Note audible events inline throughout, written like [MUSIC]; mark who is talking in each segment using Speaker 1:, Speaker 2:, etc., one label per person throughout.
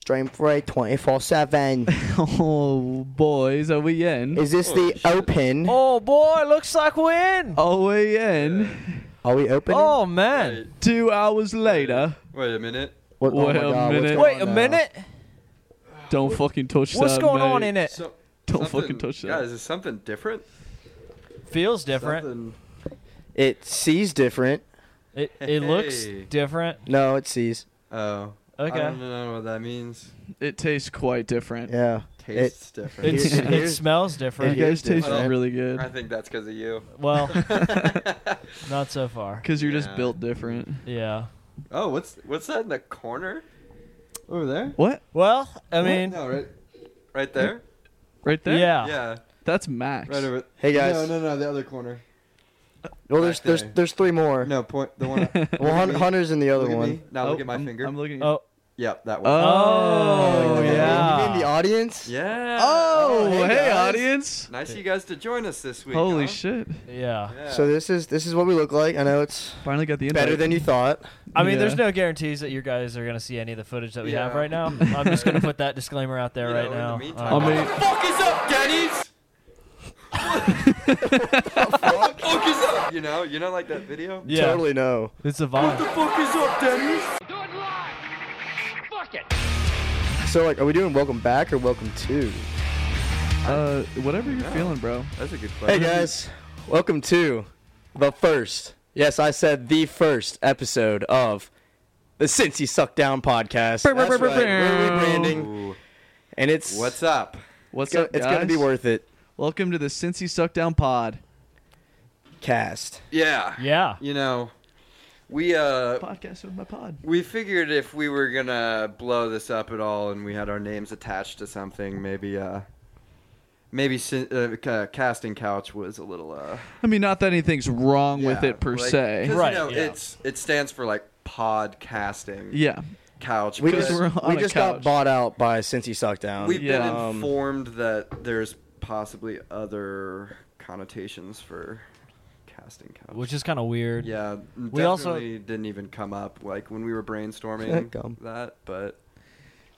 Speaker 1: Stream free
Speaker 2: [LAUGHS]
Speaker 1: 24 7.
Speaker 3: [LAUGHS] Oh, boys, are we in?
Speaker 1: Is this the open?
Speaker 4: [LAUGHS] Oh boy, looks like we're in.
Speaker 3: Are we in?
Speaker 1: Are we open?
Speaker 4: Oh man.
Speaker 2: Wait,
Speaker 3: Two hours later.
Speaker 2: wait a minute.
Speaker 1: What, oh
Speaker 3: Wait a minute.
Speaker 4: Wait a minute.
Speaker 3: Don't fucking touch
Speaker 4: What's
Speaker 3: that.
Speaker 4: going on
Speaker 3: mate.
Speaker 4: in it?
Speaker 2: So,
Speaker 3: Eh, Don't
Speaker 2: something-
Speaker 3: fucking touch that.
Speaker 2: Guys, is something different?
Speaker 4: Feels different.
Speaker 2: Something-
Speaker 1: It sees different.
Speaker 4: It it looks
Speaker 2: Hey.
Speaker 4: different.
Speaker 1: No, it sees.
Speaker 2: Oh. I
Speaker 4: Okay.
Speaker 2: don't know what that means.
Speaker 3: It tastes quite different.
Speaker 1: Yeah.
Speaker 2: Tastes different.
Speaker 4: It's,
Speaker 1: Here-
Speaker 4: it
Speaker 1: here's-
Speaker 4: smells
Speaker 3: You
Speaker 4: different.
Speaker 1: It-
Speaker 3: guys taste
Speaker 2: different.
Speaker 3: really good.
Speaker 2: I think that's because of you.
Speaker 3: [LAUGHS]
Speaker 4: Well, not so far.
Speaker 3: Because you're just
Speaker 2: Yeah.
Speaker 3: built different.
Speaker 4: Yeah.
Speaker 2: [LAUGHS] oh, what's what's that in the corner? Over there?
Speaker 3: What?
Speaker 4: Well, I mean,
Speaker 2: No, right, right there.
Speaker 3: Right there?
Speaker 4: yeah.
Speaker 2: Yeah,
Speaker 3: That's Max.
Speaker 2: right over.
Speaker 1: Hey, guys.
Speaker 2: No, no, no, the other corner.
Speaker 1: Well, there's
Speaker 2: Back
Speaker 1: there's
Speaker 2: there.
Speaker 1: there's three more.
Speaker 2: No point. The
Speaker 3: [LAUGHS]
Speaker 2: one.
Speaker 1: Well, Hun-
Speaker 2: me.
Speaker 1: Hunter's in the other
Speaker 2: look at
Speaker 1: one.
Speaker 2: me. Now look
Speaker 3: Oh,
Speaker 2: at my
Speaker 3: I'm-
Speaker 2: finger.
Speaker 3: I'm looking.
Speaker 4: Oh,
Speaker 2: Yep, that one.
Speaker 3: Oh,
Speaker 4: Oh,
Speaker 1: You mean-
Speaker 4: yeah.
Speaker 1: You mean the audience?
Speaker 2: Yeah.
Speaker 3: Oh,
Speaker 1: Oh, hey,
Speaker 3: hey,
Speaker 1: guys.
Speaker 3: audience.
Speaker 2: Nice of you guys to join us this week.
Speaker 3: Holy
Speaker 2: huh?
Speaker 3: shit.
Speaker 4: yeah.
Speaker 2: Yeah.
Speaker 1: So this is this is what we look like. I know it's
Speaker 3: Finally got the invite.
Speaker 1: better than you thought.
Speaker 4: I mean,
Speaker 3: Yeah.
Speaker 4: there's no guarantees that you guys are gonna see any of the footage that we have
Speaker 2: Yeah.
Speaker 4: right now. I'm just gonna put that disclaimer out
Speaker 2: [LAUGHS]
Speaker 4: there
Speaker 2: You
Speaker 4: right
Speaker 2: know, in the
Speaker 4: now.
Speaker 2: meantime-
Speaker 4: Uh,
Speaker 3: I mean-
Speaker 2: What the fuck is up, Denny's? what the fuck is up? You know, you know, like that video.
Speaker 4: yeah,
Speaker 1: Totally no.
Speaker 4: it's a
Speaker 2: What the
Speaker 4: vibe.
Speaker 2: fuck is up, Denny's?
Speaker 1: So like, are we doing welcome back or welcome to?
Speaker 3: [LAUGHS] Uh, whatever you're
Speaker 2: Yeah.
Speaker 3: feeling, bro.
Speaker 2: That's a good
Speaker 1: Hey
Speaker 2: question.
Speaker 1: guys, welcome to the first. Yes, I said the first episode of the Since You Suck Down podcast.
Speaker 3: Brr, brr,
Speaker 1: That's
Speaker 3: brr, brr,
Speaker 1: right. We're
Speaker 3: brr.
Speaker 1: rebranding,
Speaker 2: Ooh,
Speaker 1: and it's
Speaker 2: what's up?
Speaker 3: What's
Speaker 1: it's gonna,
Speaker 3: up,
Speaker 1: it's gonna be
Speaker 3: guys?
Speaker 1: worth it.
Speaker 3: Welcome to the Cincy Suckdown Pod.
Speaker 1: Cast.
Speaker 2: Yeah.
Speaker 4: Yeah.
Speaker 2: You know, we uh
Speaker 3: Podcast with my pod.
Speaker 2: we figured if we were gonna blow this up at all, and we had our names attached to something, maybe uh maybe sin- uh, ca- casting couch was a little uh
Speaker 3: I mean, not that anything's wrong with
Speaker 2: yeah,
Speaker 3: it per
Speaker 2: like- 'cause,
Speaker 3: se.
Speaker 2: You
Speaker 4: Right,
Speaker 2: know,
Speaker 4: yeah.
Speaker 2: It's it stands for like podcasting.
Speaker 3: Yeah.
Speaker 2: Couch.
Speaker 1: We
Speaker 2: because
Speaker 1: just
Speaker 3: Because we're on
Speaker 1: we
Speaker 3: a
Speaker 1: just got
Speaker 3: couch.
Speaker 1: bought out by Since You Suck
Speaker 5: Um,
Speaker 1: Down.
Speaker 2: We've
Speaker 3: Yeah.
Speaker 4: um,
Speaker 2: been informed that there's possibly other connotations for casting couch.
Speaker 4: Which is kind of weird.
Speaker 2: yeah,
Speaker 4: We also- um,
Speaker 2: definitely didn't even come up like when we were brainstorming
Speaker 1: Come.
Speaker 2: that, but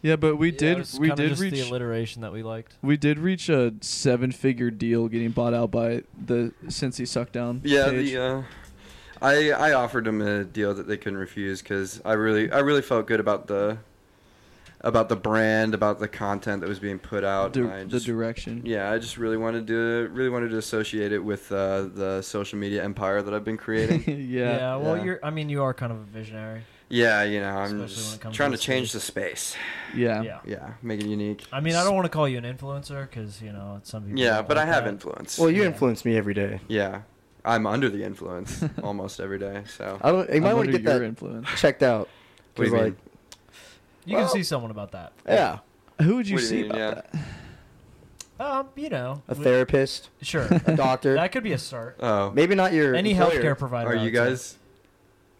Speaker 3: Yeah, but we
Speaker 4: Yeah,
Speaker 3: did
Speaker 4: it's
Speaker 3: we
Speaker 4: kinda
Speaker 3: did
Speaker 4: just the
Speaker 3: reach
Speaker 4: alliteration that we liked.
Speaker 3: we did reach a seven figure deal getting bought out by the Cincy Suckdown.
Speaker 2: yeah,
Speaker 3: page.
Speaker 2: the uh, I I offered them a deal that they couldn't refuse because I really I really felt good about the about the brand, about the content that was being put out.
Speaker 3: Di-
Speaker 2: and I
Speaker 3: the
Speaker 2: just-
Speaker 3: direction.
Speaker 2: Yeah, I just really wanted to really wanted to associate it with uh, the social media empire that I've been
Speaker 4: [LAUGHS]
Speaker 2: creating.
Speaker 3: [LAUGHS] yeah.
Speaker 4: well,
Speaker 2: yeah.
Speaker 4: you're. I mean, you are kind of a visionary.
Speaker 2: yeah, you know, I'm
Speaker 4: Especially when
Speaker 2: just
Speaker 4: it comes
Speaker 2: trying
Speaker 4: to
Speaker 2: to
Speaker 4: the
Speaker 2: change the space.
Speaker 3: Yeah.
Speaker 4: yeah.
Speaker 2: Yeah, make it unique.
Speaker 4: I mean, I don't want to call you an influencer because you know some people.
Speaker 2: Yeah,
Speaker 4: don't
Speaker 2: but I
Speaker 4: like
Speaker 2: have
Speaker 4: that.
Speaker 2: influence.
Speaker 1: Well, you
Speaker 4: Yeah.
Speaker 1: influence me every day.
Speaker 2: yeah, I'm under the influence almost every day. So
Speaker 1: I don't. You might
Speaker 3: I'm
Speaker 1: want to
Speaker 3: under
Speaker 1: get
Speaker 3: your
Speaker 1: that
Speaker 3: influence.
Speaker 1: checked out.
Speaker 2: What do you
Speaker 1: 'Cause,
Speaker 2: mean?
Speaker 4: You can see someone about that.
Speaker 1: Yeah,
Speaker 3: Who would you
Speaker 2: What do you
Speaker 3: see
Speaker 2: mean,
Speaker 3: about
Speaker 2: yeah?
Speaker 3: that?
Speaker 4: Um, you know,
Speaker 1: a
Speaker 4: we-
Speaker 1: therapist,
Speaker 3: [LAUGHS]
Speaker 4: Sure,
Speaker 1: a
Speaker 2: [LAUGHS]
Speaker 1: doctor.
Speaker 4: that could be a start.
Speaker 2: oh,
Speaker 1: Maybe not your
Speaker 4: Any
Speaker 1: employer.
Speaker 4: healthcare provider.
Speaker 2: are
Speaker 4: I
Speaker 2: you
Speaker 4: would
Speaker 2: guys?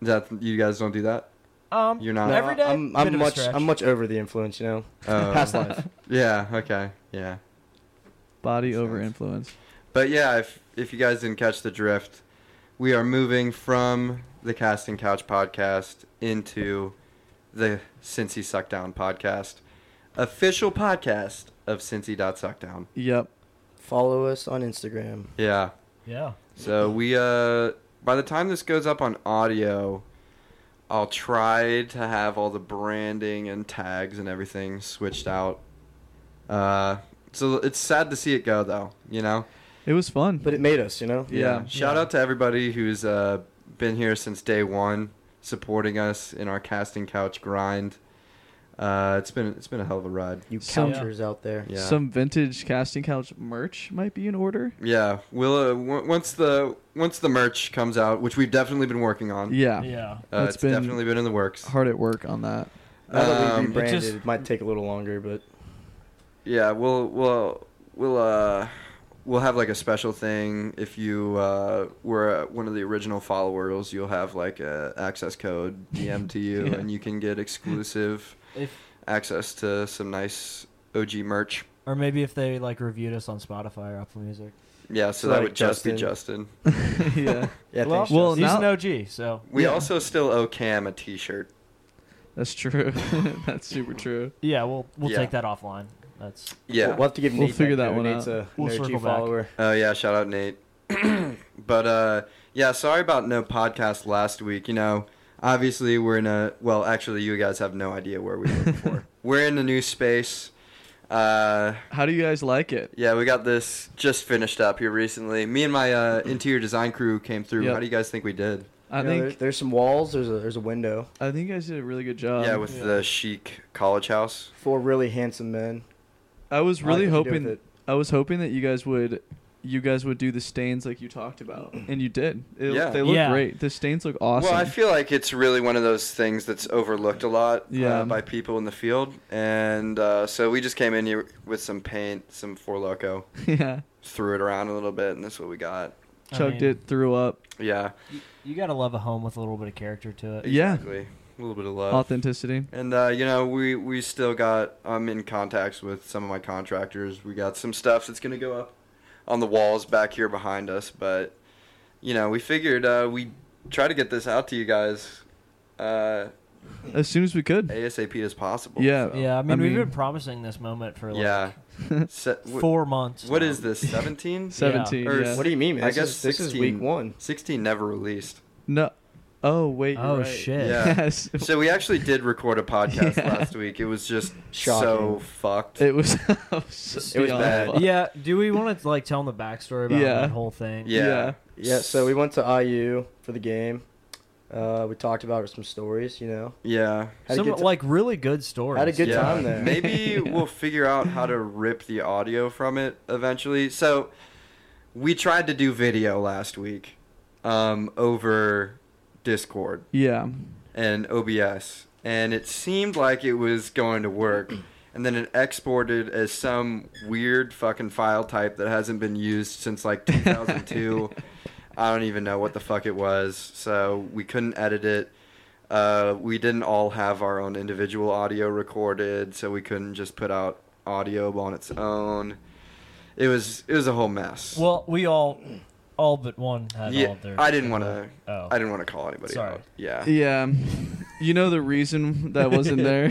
Speaker 2: That you guys don't do that?
Speaker 4: say. Um,
Speaker 2: You're not-
Speaker 1: No,
Speaker 4: every day.
Speaker 1: I'm,
Speaker 4: bit
Speaker 1: I'm
Speaker 4: of a
Speaker 1: much.
Speaker 4: stretch.
Speaker 1: I'm much over the influence. You know,
Speaker 2: Oh.
Speaker 1: past life.
Speaker 2: yeah. Okay. Yeah.
Speaker 3: Body over
Speaker 2: sense.
Speaker 3: influence.
Speaker 2: But yeah, if if you guys didn't catch the drift, we are moving from the Casting Couch podcast into the Cincy Suckdown podcast, official podcast of Cincy.Suckdown.
Speaker 3: Yep.
Speaker 1: Follow us on Instagram.
Speaker 2: Yeah.
Speaker 4: Yeah.
Speaker 2: So we uh by the time this goes up on audio, I'll try to have all the branding and tags and everything switched out. Uh so it's sad to see it go though, you know.
Speaker 3: It was fun.
Speaker 1: But it made us. You know.
Speaker 3: Yeah.
Speaker 2: Yeah. Shout
Speaker 4: Yeah.
Speaker 2: out to everybody who's uh, been here since day one, supporting us in our casting couch grind. Uh, it's been it's been a hell of a ride.
Speaker 1: You
Speaker 3: Some-
Speaker 1: counters out there.
Speaker 2: Yeah.
Speaker 3: Some vintage casting couch merch might be in order.
Speaker 2: yeah. We'll uh, w- once the once the merch comes out, which we've definitely been working on.
Speaker 3: Yeah.
Speaker 4: Yeah.
Speaker 2: Uh,
Speaker 3: That's
Speaker 2: it's
Speaker 3: been-
Speaker 2: definitely been in the works.
Speaker 3: Hard at work on
Speaker 2: [LAUGHS]
Speaker 3: that. [LAUGHS]
Speaker 1: Now that we
Speaker 2: Um,
Speaker 1: rebranded,
Speaker 4: It just-
Speaker 1: it might take a little longer, but
Speaker 2: Yeah, we'll we'll we'll uh we'll have like a special thing if you uh were uh, one of the original followers, you'll have like a access code DM to you
Speaker 3: Yeah.
Speaker 2: and you can get exclusive
Speaker 4: If
Speaker 2: access to some nice OG merch.
Speaker 4: or maybe if they like reviewed us on Spotify or Apple Music.
Speaker 2: Yeah, so
Speaker 1: So,
Speaker 2: that
Speaker 1: like,
Speaker 2: would just be Justin.
Speaker 3: yeah.
Speaker 1: yeah.
Speaker 4: well,
Speaker 1: thanks,
Speaker 3: Well,
Speaker 4: he's
Speaker 3: now-
Speaker 4: an OG, so
Speaker 2: We
Speaker 3: Yeah.
Speaker 2: also still owe Cam a t-shirt.
Speaker 3: That's true. [LAUGHS] That's super true.
Speaker 4: Yeah, we'll we'll
Speaker 2: Yeah.
Speaker 4: take that offline. That's
Speaker 2: Yeah.
Speaker 1: We'll have to give
Speaker 3: We'll
Speaker 1: Nate
Speaker 3: figure
Speaker 1: that,
Speaker 3: that
Speaker 1: too.
Speaker 3: one
Speaker 1: Nate's
Speaker 3: out.
Speaker 1: a
Speaker 4: We'll
Speaker 1: Nerd
Speaker 4: circle
Speaker 1: Chief
Speaker 4: back.
Speaker 1: follower.
Speaker 2: Oh yeah, shout out Nate. [CLEARS THROAT] but uh, yeah, sorry about no podcast last week. You know, obviously we're in a well. Actually, you guys have no idea where we
Speaker 3: [LAUGHS]
Speaker 2: were before. we're in a new space. Uh,
Speaker 3: How do you guys like it?
Speaker 2: yeah, we got this just finished up here recently. Me and my uh, interior design crew came through.
Speaker 3: Yep.
Speaker 2: How do you guys think we did?
Speaker 3: I
Speaker 1: You know, there-
Speaker 3: think
Speaker 1: there's some walls. There's a there's a window.
Speaker 3: I think you guys did a really good job.
Speaker 2: yeah, with
Speaker 4: yeah.
Speaker 2: the chic college house.
Speaker 1: Four really handsome men.
Speaker 3: I was
Speaker 1: I like
Speaker 3: really
Speaker 1: what you did
Speaker 3: hoping
Speaker 1: with it.
Speaker 3: I was hoping that you guys would you guys would do the stains like you talked
Speaker 2: [CLEARS THROAT]
Speaker 3: about, and you did. It,
Speaker 2: Yeah.
Speaker 3: they look
Speaker 4: Yeah.
Speaker 3: great. The stains look awesome.
Speaker 2: Well, I feel like it's really one of those things that's overlooked a lot
Speaker 3: Yeah.
Speaker 2: uh, by people in the field, and uh, so we just came in here with some paint, some Four Loco,
Speaker 3: [LAUGHS] yeah,
Speaker 2: threw it around a little bit, and that's what we got.
Speaker 4: I
Speaker 3: chugged
Speaker 4: mean,
Speaker 3: it, threw up,
Speaker 2: Yeah,
Speaker 4: You, you gotta love a home with a little bit of character to it.
Speaker 3: Yeah.
Speaker 2: exactly. A little bit of love.
Speaker 3: authenticity.
Speaker 2: and uh, you know, we we still got. I'm in contacts with some of my contractors. We got some stuff that's gonna go up on the walls back here behind us, but you know, we figured uh, we try to get this out to you guys uh,
Speaker 3: As soon as we could.
Speaker 2: asap as possible.
Speaker 3: Yeah.
Speaker 4: Yeah, I mean, we've
Speaker 3: mean-
Speaker 4: been promising this moment for like
Speaker 2: Yeah. Se- wh-
Speaker 4: four months.
Speaker 2: What
Speaker 4: now.
Speaker 2: is this?
Speaker 3: [LAUGHS]
Speaker 2: 17?
Speaker 3: Seventeen.
Speaker 2: Or
Speaker 3: yeah.
Speaker 1: What do you mean? Man?
Speaker 2: I
Speaker 1: This
Speaker 2: guess
Speaker 1: is, this is
Speaker 2: 16.
Speaker 1: week one.
Speaker 2: 16 never released.
Speaker 3: No. Oh wait. you're
Speaker 4: Oh
Speaker 3: right.
Speaker 4: shit!
Speaker 2: Yeah.
Speaker 3: [LAUGHS] Yes.
Speaker 2: [LAUGHS] So we actually did record a podcast
Speaker 3: Yeah.
Speaker 2: last week. It was just so
Speaker 1: Shocking.
Speaker 2: fucked.
Speaker 3: It was. [LAUGHS] it was
Speaker 1: was bad.
Speaker 3: awful.
Speaker 4: [LAUGHS] Yeah, Do we want to like tell them the backstory about
Speaker 3: Yeah.
Speaker 4: that whole thing?
Speaker 2: yeah.
Speaker 3: yeah.
Speaker 1: Yeah. So we went to IU for the game. Uh, we talked about some stories. You know,
Speaker 2: Yeah.
Speaker 1: Had a
Speaker 4: Some
Speaker 1: good ti-
Speaker 4: like really good stories.
Speaker 1: Had a good
Speaker 2: yeah.
Speaker 1: time there. [LAUGHS]
Speaker 2: Maybe
Speaker 3: Yeah.
Speaker 2: we'll figure out how to rip the audio from it eventually. So we tried to do video last week um, over Discord.
Speaker 3: Yeah.
Speaker 2: and OBS, and it seemed like it was going to work. And then it exported as some weird fucking file type that hasn't been used since like
Speaker 4: [LAUGHS]
Speaker 2: 2002. I don't even know what the fuck it was. So we couldn't edit it. Uh, we didn't all have our own individual audio recorded, so we couldn't just put out audio on its own. It was it was a whole mess.
Speaker 4: Well, we all, all but one had all
Speaker 2: yeah,
Speaker 4: of their.
Speaker 2: I didn't want to.
Speaker 4: Oh.
Speaker 2: I didn't want to call anybody
Speaker 4: Sorry.
Speaker 2: out. Yeah.
Speaker 3: Yeah. You know the reason that wasn't
Speaker 2: [LAUGHS]
Speaker 3: there.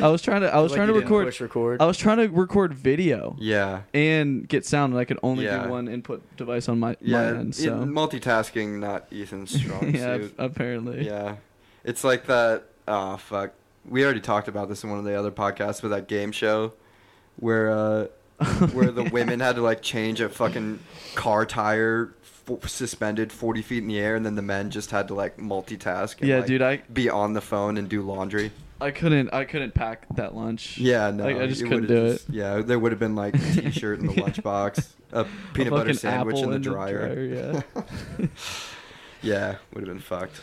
Speaker 3: I was trying to. I was
Speaker 1: Like
Speaker 3: trying
Speaker 1: you
Speaker 3: to
Speaker 1: did.
Speaker 3: record. Oh,
Speaker 1: Push record.
Speaker 3: I was trying to record video
Speaker 2: Yeah.
Speaker 3: and get sound, and I could only
Speaker 2: Yeah.
Speaker 3: do one input device on my,
Speaker 2: Yeah,
Speaker 3: my end. [LAUGHS]
Speaker 2: it-
Speaker 3: So
Speaker 2: multitasking not
Speaker 3: [LAUGHS]
Speaker 2: Ethan's strong
Speaker 3: yeah,
Speaker 2: suit.
Speaker 3: apparently. [LAUGHS]
Speaker 2: Yeah, it's like that. Oh fuck, we already talked about this in one of the other podcasts with that game show where uh,
Speaker 3: [LAUGHS]
Speaker 2: where the women had to like change a fucking car tire f- suspended forty feet in the air, and then the men just had to like multitask. And,
Speaker 3: Yeah,
Speaker 2: like,
Speaker 3: dude, I
Speaker 2: Be on the phone and do laundry.
Speaker 3: I couldn't I couldn't pack that lunch.
Speaker 2: Yeah, no,
Speaker 3: I just
Speaker 2: it
Speaker 3: couldn't
Speaker 2: would've
Speaker 3: do
Speaker 2: just- Yeah, there would have been like a t-shirt in
Speaker 3: [LAUGHS]
Speaker 2: the
Speaker 3: Yeah.
Speaker 2: lunchbox, a
Speaker 3: A
Speaker 2: peanut butter
Speaker 3: fucking
Speaker 2: sandwich
Speaker 3: apple
Speaker 2: in the dryer.
Speaker 3: yeah,
Speaker 2: [LAUGHS] Yeah, would have been fucked.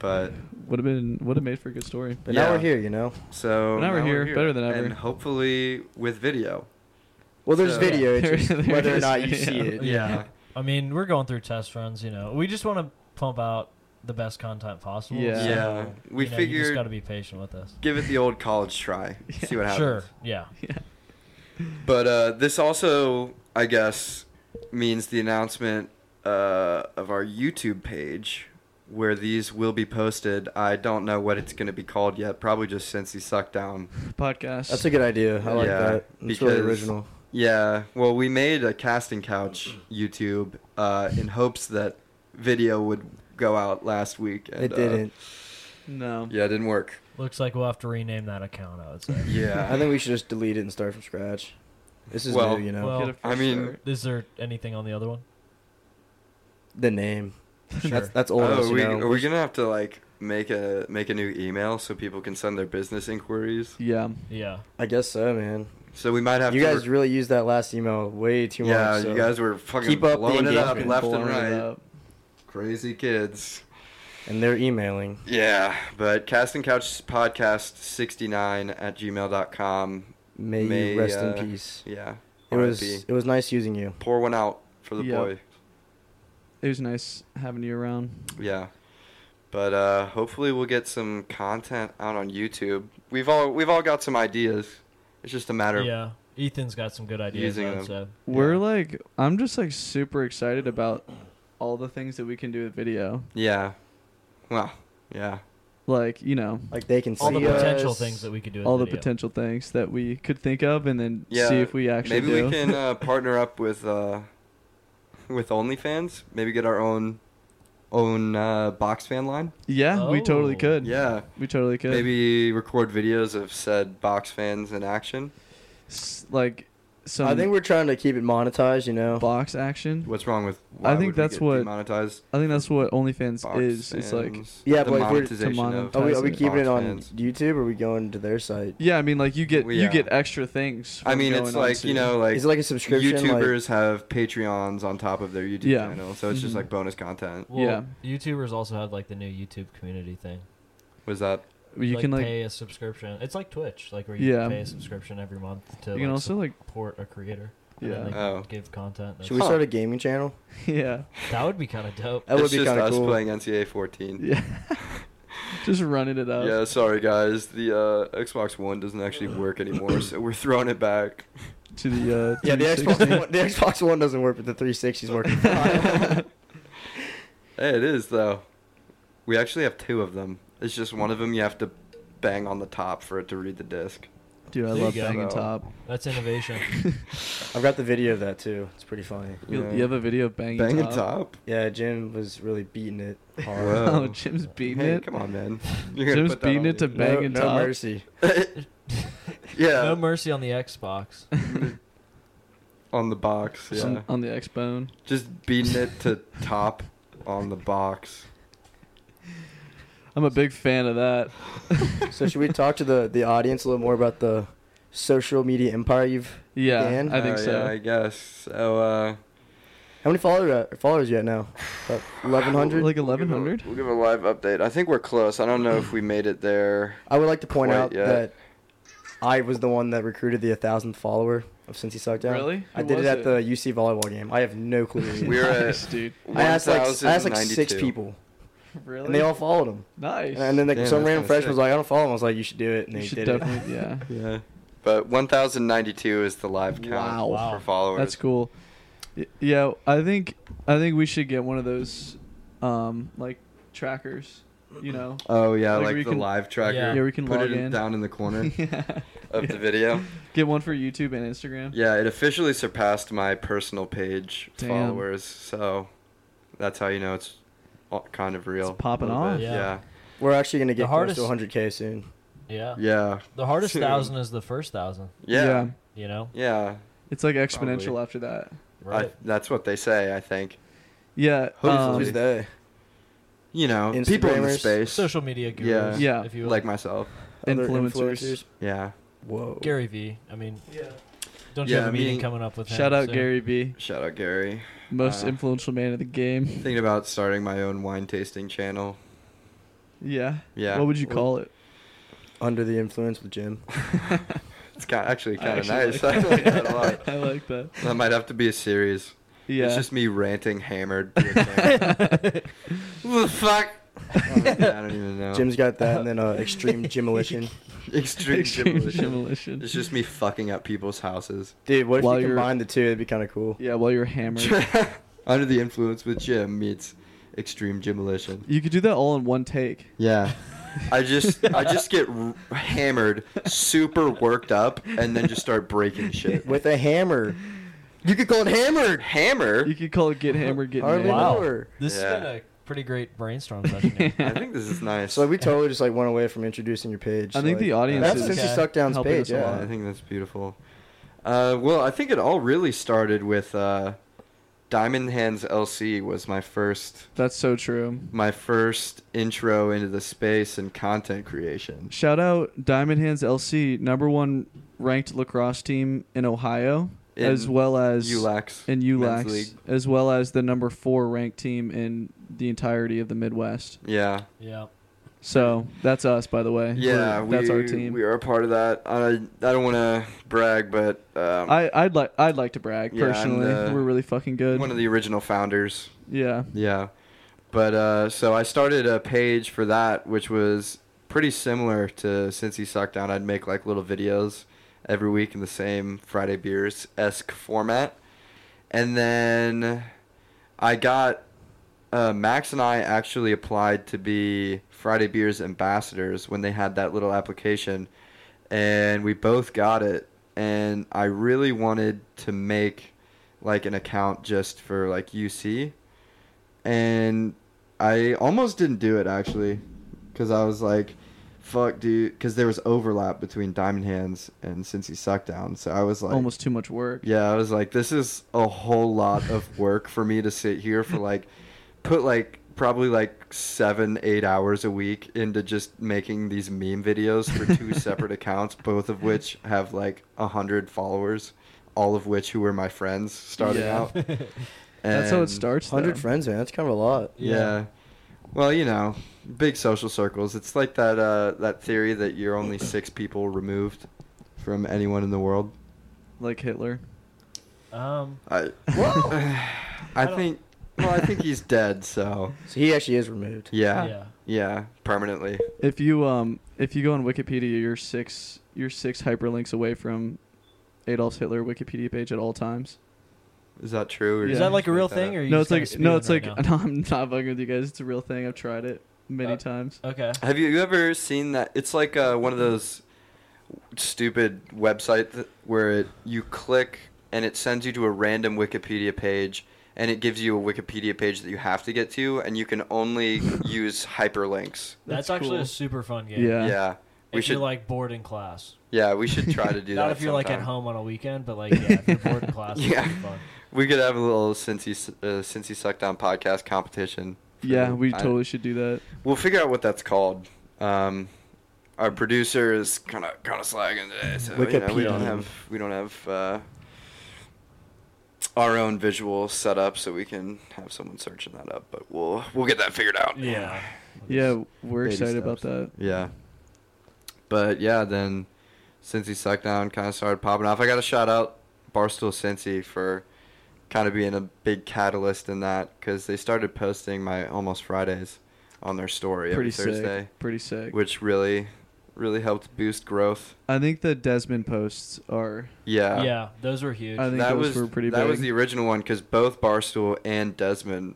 Speaker 2: But
Speaker 3: would have been would have made for a good story. [LAUGHS]
Speaker 1: but
Speaker 2: yeah.
Speaker 1: now we're here. You know.
Speaker 2: so
Speaker 3: But now we're here, better than ever.
Speaker 2: and hopefully with video.
Speaker 1: Well, there's
Speaker 2: So-
Speaker 1: video. It's
Speaker 3: There- [LAUGHS]
Speaker 1: just
Speaker 3: there
Speaker 1: whether or
Speaker 3: is
Speaker 1: not you
Speaker 3: video.
Speaker 1: see it.
Speaker 2: Yeah.
Speaker 4: I mean, we're going through test runs. You know, we just want to pump out the best content possible.
Speaker 3: Yeah.
Speaker 4: so,
Speaker 2: Yeah. We
Speaker 4: you know, you
Speaker 2: figured-
Speaker 4: just got to be patient with us.
Speaker 2: Give it the old
Speaker 3: [LAUGHS]
Speaker 2: college try. See what
Speaker 4: Sure.
Speaker 2: happens.
Speaker 4: Yeah.
Speaker 2: But uh, this also, I guess, means the announcement uh, of our YouTube page where these will be posted. I don't know what it's going to be called yet. Probably just since he sucked down.
Speaker 3: Podcast.
Speaker 1: That's a good idea. I like
Speaker 2: Yeah,
Speaker 1: that. It's really
Speaker 2: because-
Speaker 1: original.
Speaker 2: Yeah. Well, we made a casting couch YouTube uh, in hopes that video would go out last week. And,
Speaker 1: It
Speaker 2: uh,
Speaker 1: didn't.
Speaker 3: no.
Speaker 2: yeah, it didn't work.
Speaker 4: Looks like we'll have to rename that account. I would say.
Speaker 2: [LAUGHS] Yeah.
Speaker 1: I think we should just delete it and start from scratch. This is
Speaker 2: Well-
Speaker 1: new, you know.
Speaker 4: Well-
Speaker 3: Get a
Speaker 2: I
Speaker 3: fresh
Speaker 2: mean-
Speaker 3: start.
Speaker 4: Is there anything on the other one?
Speaker 1: the name.
Speaker 4: Sure.
Speaker 1: That's that's old. us,
Speaker 2: Oh,
Speaker 1: you
Speaker 2: are we,
Speaker 1: know.
Speaker 2: are we gonna have to like make a make a new email so people can send their business inquiries?
Speaker 3: [LAUGHS] yeah.
Speaker 4: yeah.
Speaker 1: I guess so, man.
Speaker 2: So we might have
Speaker 1: You
Speaker 2: to.
Speaker 1: guys really used that last email way too
Speaker 2: yeah,
Speaker 1: much. so-
Speaker 2: you guys were fucking
Speaker 1: Keep up the
Speaker 2: blowing it up
Speaker 1: engagement,
Speaker 2: left and
Speaker 3: Blowing it
Speaker 2: right.
Speaker 3: up.
Speaker 2: Crazy kids.
Speaker 1: And they're emailing.
Speaker 2: Yeah, but casting couch podcast sixty nine at gmail.com.
Speaker 1: May,
Speaker 2: May,
Speaker 1: you rest
Speaker 2: uh,
Speaker 1: in peace.
Speaker 2: Yeah,
Speaker 1: It was
Speaker 2: RIP.
Speaker 1: it was nice using you.
Speaker 2: pour one out for the
Speaker 3: Yeah.
Speaker 2: boy.
Speaker 3: It was nice having you around.
Speaker 2: Yeah, but uh, hopefully we'll get some content out on YouTube. We've all we've all got some ideas. It's just a matter of
Speaker 4: Yeah. Ethan's got some good ideas.
Speaker 2: Using
Speaker 4: I would
Speaker 2: them.
Speaker 4: say.
Speaker 3: We're
Speaker 2: Yeah.
Speaker 3: like I'm just like super excited about all the things that we can do with video.
Speaker 2: yeah. Well, yeah.
Speaker 3: like you know
Speaker 5: Like they can
Speaker 4: all the
Speaker 5: see
Speaker 4: potential
Speaker 5: us.
Speaker 4: things that we could do. With
Speaker 3: uh, all the
Speaker 4: video.
Speaker 3: potential things that we could think of, and then
Speaker 2: Yeah,
Speaker 3: see if we actually
Speaker 2: Maybe
Speaker 3: do.
Speaker 2: we can
Speaker 5: [LAUGHS]
Speaker 2: uh, partner up with uh, with OnlyFans. Maybe get our own own uh, box fan line.
Speaker 3: yeah, we totally
Speaker 4: Oh.
Speaker 3: could.
Speaker 2: Yeah,
Speaker 3: we totally could.
Speaker 2: maybe record videos of said box fans in action.
Speaker 3: S- like some
Speaker 5: I think we're trying to keep it monetized, you know.
Speaker 3: box action.
Speaker 2: What's wrong with?
Speaker 3: I think
Speaker 2: would we
Speaker 3: that's
Speaker 2: get
Speaker 3: what
Speaker 2: demonetized
Speaker 3: I think that's what OnlyFans
Speaker 2: box
Speaker 3: is. It's like
Speaker 2: fans?
Speaker 5: Yeah,
Speaker 2: The
Speaker 5: but if we're- to
Speaker 2: monetization of
Speaker 5: Are we, are we
Speaker 3: monetizing
Speaker 5: keeping
Speaker 2: box
Speaker 5: it on
Speaker 2: fans.
Speaker 5: YouTube or are we going to their site?
Speaker 3: yeah, I mean like you get
Speaker 2: Well,
Speaker 3: you
Speaker 2: yeah.
Speaker 3: get extra things.
Speaker 2: I
Speaker 3: from
Speaker 2: mean, it's
Speaker 3: going
Speaker 2: like
Speaker 3: onto-
Speaker 2: you know, like
Speaker 5: Is it like a subscription? like-
Speaker 2: YouTubers have Patreons on top of their YouTube
Speaker 3: Yeah.
Speaker 2: channel, so it's just
Speaker 3: Mhm.
Speaker 2: like bonus content.
Speaker 4: Well, YouTubers also have like the new YouTube community thing.
Speaker 2: Was that?
Speaker 3: you can like
Speaker 4: pay a subscription. It's like Twitch, like where you
Speaker 3: Yeah.
Speaker 4: pay a subscription every month to
Speaker 3: you
Speaker 4: like,
Speaker 3: can also like
Speaker 4: support a creator. and then
Speaker 3: yeah
Speaker 4: they can
Speaker 2: Oh.
Speaker 4: give content.
Speaker 5: should we
Speaker 2: Huh.
Speaker 5: start a gaming channel?
Speaker 3: [LAUGHS] yeah
Speaker 4: That would be kind of dope.
Speaker 5: That would
Speaker 2: it's
Speaker 5: be
Speaker 2: just
Speaker 5: kind of
Speaker 2: us
Speaker 5: cool.
Speaker 2: playing NCAA 14. [LAUGHS]
Speaker 3: yeah just running it up.
Speaker 2: Yeah, sorry guys. The uh, Xbox One doesn't actually work anymore, so we're throwing it back.
Speaker 3: to the uh,
Speaker 5: Yeah,
Speaker 1: [LAUGHS]
Speaker 5: the
Speaker 3: 360.
Speaker 5: Xbox One, [LAUGHS] the Xbox One doesn't work, but the 360's working.
Speaker 2: [LAUGHS]
Speaker 1: [LAUGHS]
Speaker 5: fine.
Speaker 2: Hey, it is though. We actually have two of them. It's just one of them you have to bang on the top for it to read the disc.
Speaker 3: [LAUGHS] [LAUGHS] Dude, I
Speaker 4: There you
Speaker 3: love
Speaker 4: go.
Speaker 3: banging
Speaker 2: So-
Speaker 3: top.
Speaker 4: That's innovation.
Speaker 5: I've got the video of that too. It's pretty funny.
Speaker 3: You,
Speaker 2: Yeah.
Speaker 3: you have a video of banging,
Speaker 2: Banging
Speaker 3: top.
Speaker 2: top.
Speaker 5: Yeah, Jim was really beating it hard.
Speaker 2: Whoa.
Speaker 3: [LAUGHS] Oh, Jim's beating
Speaker 2: Hey,
Speaker 3: it.
Speaker 2: Come
Speaker 3: [LAUGHS]
Speaker 2: on, man.
Speaker 3: Jim's beating it to
Speaker 5: No-
Speaker 3: [LAUGHS] banging
Speaker 5: no,
Speaker 3: top.
Speaker 5: mercy.
Speaker 2: to. [LAUGHS] [LAUGHS] yeah.
Speaker 4: No mercy on the Xbox.
Speaker 3: [LAUGHS]
Speaker 2: on the box. Yeah.
Speaker 3: Some- on the X bone.
Speaker 2: Just beating it to top on the box.
Speaker 3: I'm a big fan of that.
Speaker 5: [LAUGHS] So should we
Speaker 3: [LAUGHS]
Speaker 5: talk to the, the audience a little more about the social media empire you've?
Speaker 3: Yeah,
Speaker 5: Dan?
Speaker 3: I think
Speaker 2: Oh,
Speaker 3: so.
Speaker 2: Yeah, I guess. So, uh,
Speaker 5: How many followers followers you at now? About 1,100.
Speaker 3: like 1100.
Speaker 2: We'll give a live update. I think we're close. I don't know if we made
Speaker 3: [LAUGHS]
Speaker 2: it there.
Speaker 5: I would like to point
Speaker 2: Quite
Speaker 5: out
Speaker 2: yet.
Speaker 5: that I was the one that recruited the 1,000th follower of Cincy Suckdown.
Speaker 3: Really?
Speaker 5: I
Speaker 3: Who
Speaker 5: did it
Speaker 3: was
Speaker 5: at
Speaker 3: it?
Speaker 5: the UC volleyball game. I have no clue. who it is.
Speaker 2: We're at
Speaker 3: nice, dude.
Speaker 5: I asked like I asked like six
Speaker 2: 1,092.
Speaker 5: people,
Speaker 3: Really?
Speaker 5: and they all followed him.
Speaker 3: nice.
Speaker 5: And then like,
Speaker 2: Damn,
Speaker 5: some
Speaker 2: that's
Speaker 5: random
Speaker 2: kinda
Speaker 5: freshman
Speaker 2: sick.
Speaker 5: was like, "I don't follow him." I was like, "You should do it," and
Speaker 3: you
Speaker 5: they
Speaker 3: should
Speaker 5: did it.
Speaker 3: definitely, yeah.
Speaker 2: Yeah. But 1,092 is the live count
Speaker 3: Wow.
Speaker 2: for followers.
Speaker 3: That's cool. Y- Yeah, I think I think we should get one of those, um, like trackers. You know.
Speaker 5: Uh,
Speaker 2: Oh, yeah,
Speaker 3: Like,
Speaker 2: like,
Speaker 3: we
Speaker 2: the
Speaker 3: can-
Speaker 2: live tracker.
Speaker 4: Yeah.
Speaker 3: Yeah, we can
Speaker 2: Put
Speaker 3: log
Speaker 2: it in-
Speaker 3: in.
Speaker 2: down in the corner
Speaker 3: [LAUGHS] yeah.
Speaker 2: of
Speaker 3: Yeah.
Speaker 2: the video.
Speaker 3: Get one for YouTube and Instagram.
Speaker 2: Yeah, it officially surpassed my personal page
Speaker 3: Damn.
Speaker 2: followers. So that's how you know it's all- kind of real.
Speaker 3: popping
Speaker 2: a little
Speaker 3: off.
Speaker 2: bit,
Speaker 4: Yeah.
Speaker 2: Yeah.
Speaker 5: [LAUGHS] We're actually gonna
Speaker 4: The
Speaker 5: get
Speaker 4: hardest-
Speaker 5: close to 100k soon.
Speaker 4: Yeah.
Speaker 2: Yeah.
Speaker 4: The hardest
Speaker 2: Dude.
Speaker 4: thousand is the first thousand.
Speaker 2: Yeah.
Speaker 4: You know,
Speaker 2: Yeah.
Speaker 3: It's like exponential
Speaker 2: Probably.
Speaker 3: after that.
Speaker 2: I,
Speaker 4: right?
Speaker 2: that's what they say, I think.
Speaker 3: Yeah.
Speaker 2: Hopefully.
Speaker 5: Who's
Speaker 3: um,
Speaker 5: they?
Speaker 2: You know, people in the
Speaker 5: Instagrammers.
Speaker 2: space.
Speaker 4: Social media gurus.
Speaker 2: Yeah.
Speaker 3: Yeah.
Speaker 4: If you will.
Speaker 2: Like myself.
Speaker 5: Other
Speaker 3: Influencers.
Speaker 2: Yeah.
Speaker 5: Whoa.
Speaker 4: Gary V. I mean,
Speaker 3: Yeah.
Speaker 4: don't you
Speaker 2: Yeah,
Speaker 4: have a
Speaker 2: I
Speaker 4: meeting
Speaker 2: mean-
Speaker 4: coming up with him?
Speaker 3: Shout out
Speaker 4: soon?
Speaker 3: Gary B,
Speaker 2: Shout out Gary.
Speaker 3: most
Speaker 2: Uh,
Speaker 3: influential man of the game.
Speaker 2: Thinking about starting my own wine tasting channel.
Speaker 3: [LAUGHS] Yeah.
Speaker 2: Yeah.
Speaker 3: What would you call
Speaker 2: [LAUGHS]
Speaker 3: it?
Speaker 5: Under the influence with Jim.
Speaker 2: It's kind
Speaker 3: [LAUGHS]
Speaker 2: actually
Speaker 3: I
Speaker 2: kind of
Speaker 3: actually
Speaker 2: nice. [LAUGHS] I like that a lot.
Speaker 3: I like that.
Speaker 2: That might have to be a series.
Speaker 3: Yeah. [LAUGHS]
Speaker 2: It's just me ranting hammered. to a camera. What the fuck? [LAUGHS] I don't even know.
Speaker 5: Jim's got that, and then
Speaker 3: [LAUGHS]
Speaker 5: uh, extreme Jimolition.
Speaker 2: Extreme,
Speaker 3: extreme
Speaker 2: demolition.
Speaker 3: demolition.
Speaker 2: It's just me fucking up people's houses.
Speaker 5: Dude, what if
Speaker 3: While
Speaker 5: you
Speaker 3: you're-
Speaker 5: combine the two? It'd be kind of cool.
Speaker 3: Yeah, while you're hammered.
Speaker 2: [LAUGHS] Under the influence with Jim meets extreme demolition.
Speaker 3: you could do that all in one take.
Speaker 2: Yeah. I just
Speaker 5: [LAUGHS]
Speaker 2: I just get r- hammered, super worked up, and then just start breaking shit.
Speaker 5: With a hammer. You could call it hammered.
Speaker 2: Hammer.
Speaker 3: [LAUGHS] You could call it get hammered, get
Speaker 5: Hardly
Speaker 3: hammered.
Speaker 4: Wow.
Speaker 5: lower.
Speaker 4: This
Speaker 2: Yeah.
Speaker 4: has been a pretty great brainstorm session.
Speaker 3: [LAUGHS]
Speaker 4: here.
Speaker 2: [LAUGHS] I think this is nice.
Speaker 5: So like, we totally just like went away from introducing your page.
Speaker 3: I think
Speaker 5: like,
Speaker 3: the audience
Speaker 5: that's
Speaker 3: is
Speaker 5: since you
Speaker 4: Okay.
Speaker 5: sucked down
Speaker 3: helping us
Speaker 5: page.
Speaker 3: a
Speaker 5: Yeah.
Speaker 2: Yeah, I think that's beautiful. Uh, well, I think it all really started with uh, Diamond Hands LC was my first
Speaker 3: That's so true.
Speaker 2: my first intro into the space and content creation.
Speaker 3: Shout out Diamond Hands LC, number one ranked lacrosse team in Ohio,
Speaker 2: In
Speaker 3: as well as
Speaker 2: ULAX.
Speaker 3: in
Speaker 2: Men's League.
Speaker 3: ULAX, as well as the number four ranked team in the entirety of the Midwest.
Speaker 2: Yeah.
Speaker 4: yeah.
Speaker 3: So that's us, by the way.
Speaker 2: Yeah,
Speaker 3: We're-
Speaker 2: we,
Speaker 3: that's our team.
Speaker 2: We are a part of that. I, I don't want to brag, but um,
Speaker 3: I, I'd like I'd like to brag
Speaker 2: Yeah, I'm
Speaker 3: personally.
Speaker 2: the-
Speaker 3: We're really fucking good.
Speaker 2: one of the original founders.
Speaker 3: yeah,
Speaker 2: Yeah. But uh, so I started a page for that, which was pretty similar to Since He Sucked Down. I'd make like little videos every week in the same Friday Beers esque format. And then I got uh, Max and I actually applied to be Friday Beers ambassadors when they had that little application, and we both got it. And I really wanted to make like an account just for like UC, and I almost didn't do it actually, because I was like, "Fuck, dude," because there was overlap between Diamond Hands and Cincy Suckdown. So I was like,
Speaker 3: Almost too much work.
Speaker 2: yeah, I was like, this is a whole lot of work for me to sit here for like, put like probably like seven, eight hours a week into just making these meme videos for
Speaker 3: [LAUGHS]
Speaker 2: two separate accounts, both of which have like a hundred followers, all of which who were my friends starting
Speaker 1: Yeah.
Speaker 2: out.
Speaker 3: [LAUGHS] That's how it
Speaker 2: And-
Speaker 3: starts. though.
Speaker 1: 100 friends, man. That's kind of a lot.
Speaker 2: Yeah. Well, you know, big social circles. It's like that uh, that theory that you're only six people removed from anyone in the world.
Speaker 3: Like Hitler.
Speaker 4: [LAUGHS] Um,
Speaker 2: I,
Speaker 1: Whoa.
Speaker 2: [LAUGHS] I
Speaker 4: I don't-
Speaker 2: think. Well, I think he's dead. So
Speaker 1: So he actually is removed.
Speaker 2: Yeah. Yeah.
Speaker 4: yeah.
Speaker 2: permanently.
Speaker 3: If you um if you go on Wikipedia, you're six you're six hyperlinks away from Adolf Hitler Wikipedia page at all times.
Speaker 2: Is that true?
Speaker 3: Yeah.
Speaker 4: Is that like a
Speaker 2: just
Speaker 4: real
Speaker 2: make that
Speaker 4: thing, or
Speaker 2: up?
Speaker 4: you
Speaker 3: no,
Speaker 4: just
Speaker 3: it's
Speaker 4: kinda
Speaker 3: like
Speaker 4: spewing
Speaker 3: no, it's
Speaker 4: right
Speaker 3: like [LAUGHS]
Speaker 4: now?
Speaker 3: no, I'm not fucking with you guys. It's a real thing. I've tried it many
Speaker 4: Uh,
Speaker 3: times.
Speaker 4: okay.
Speaker 2: Have you ever seen that? It's like uh, one of those stupid websites th- where it, you click and it sends you to a random Wikipedia page, and it gives you a Wikipedia page that you have to get to, and you can only
Speaker 4: [LAUGHS]
Speaker 2: use hyperlinks.
Speaker 4: That's,
Speaker 3: That's
Speaker 4: actually
Speaker 3: cool.
Speaker 4: a super fun game.
Speaker 3: Yeah.
Speaker 2: Yeah. We
Speaker 4: if
Speaker 2: should.
Speaker 4: you're like bored in class.
Speaker 2: yeah, we should try to do
Speaker 4: [LAUGHS] Not
Speaker 2: that.
Speaker 4: if you're like at
Speaker 2: sometime.
Speaker 4: home on a weekend, but like yeah, if you're bored in class,
Speaker 2: Yeah.
Speaker 4: yeah. fun.
Speaker 2: We could have a little Cincy, S- uh, Cincy Suckdown podcast competition. for-
Speaker 3: Yeah, we
Speaker 2: I-
Speaker 3: totally should do that.
Speaker 2: We'll figure out what that's called. Um, our producer is kind of kind of slagging today, so you know, we don't
Speaker 1: Wikipedia.
Speaker 2: have we don't have uh, our own visual set up, so we can have someone searching that up. But we'll we'll get that figured out.
Speaker 4: Yeah.
Speaker 3: Yeah, we're
Speaker 2: baby
Speaker 3: excited about that.
Speaker 2: steps. yeah. But yeah, then Cincy Suckdown kind of started popping off. I got to shout out Barstool Cincy for kind of being a big catalyst in that because they started posting my almost Fridays on their story
Speaker 3: Pretty
Speaker 2: every
Speaker 3: sick.
Speaker 2: Thursday
Speaker 3: Pretty sick.
Speaker 2: which really really helped boost growth.
Speaker 3: I think the Desmond posts are
Speaker 2: Yeah.
Speaker 4: Yeah, those were huge.
Speaker 3: I think
Speaker 2: that
Speaker 3: those
Speaker 2: was
Speaker 3: were pretty
Speaker 2: that
Speaker 3: big.
Speaker 2: was the original one cuz both Barstool and Desmond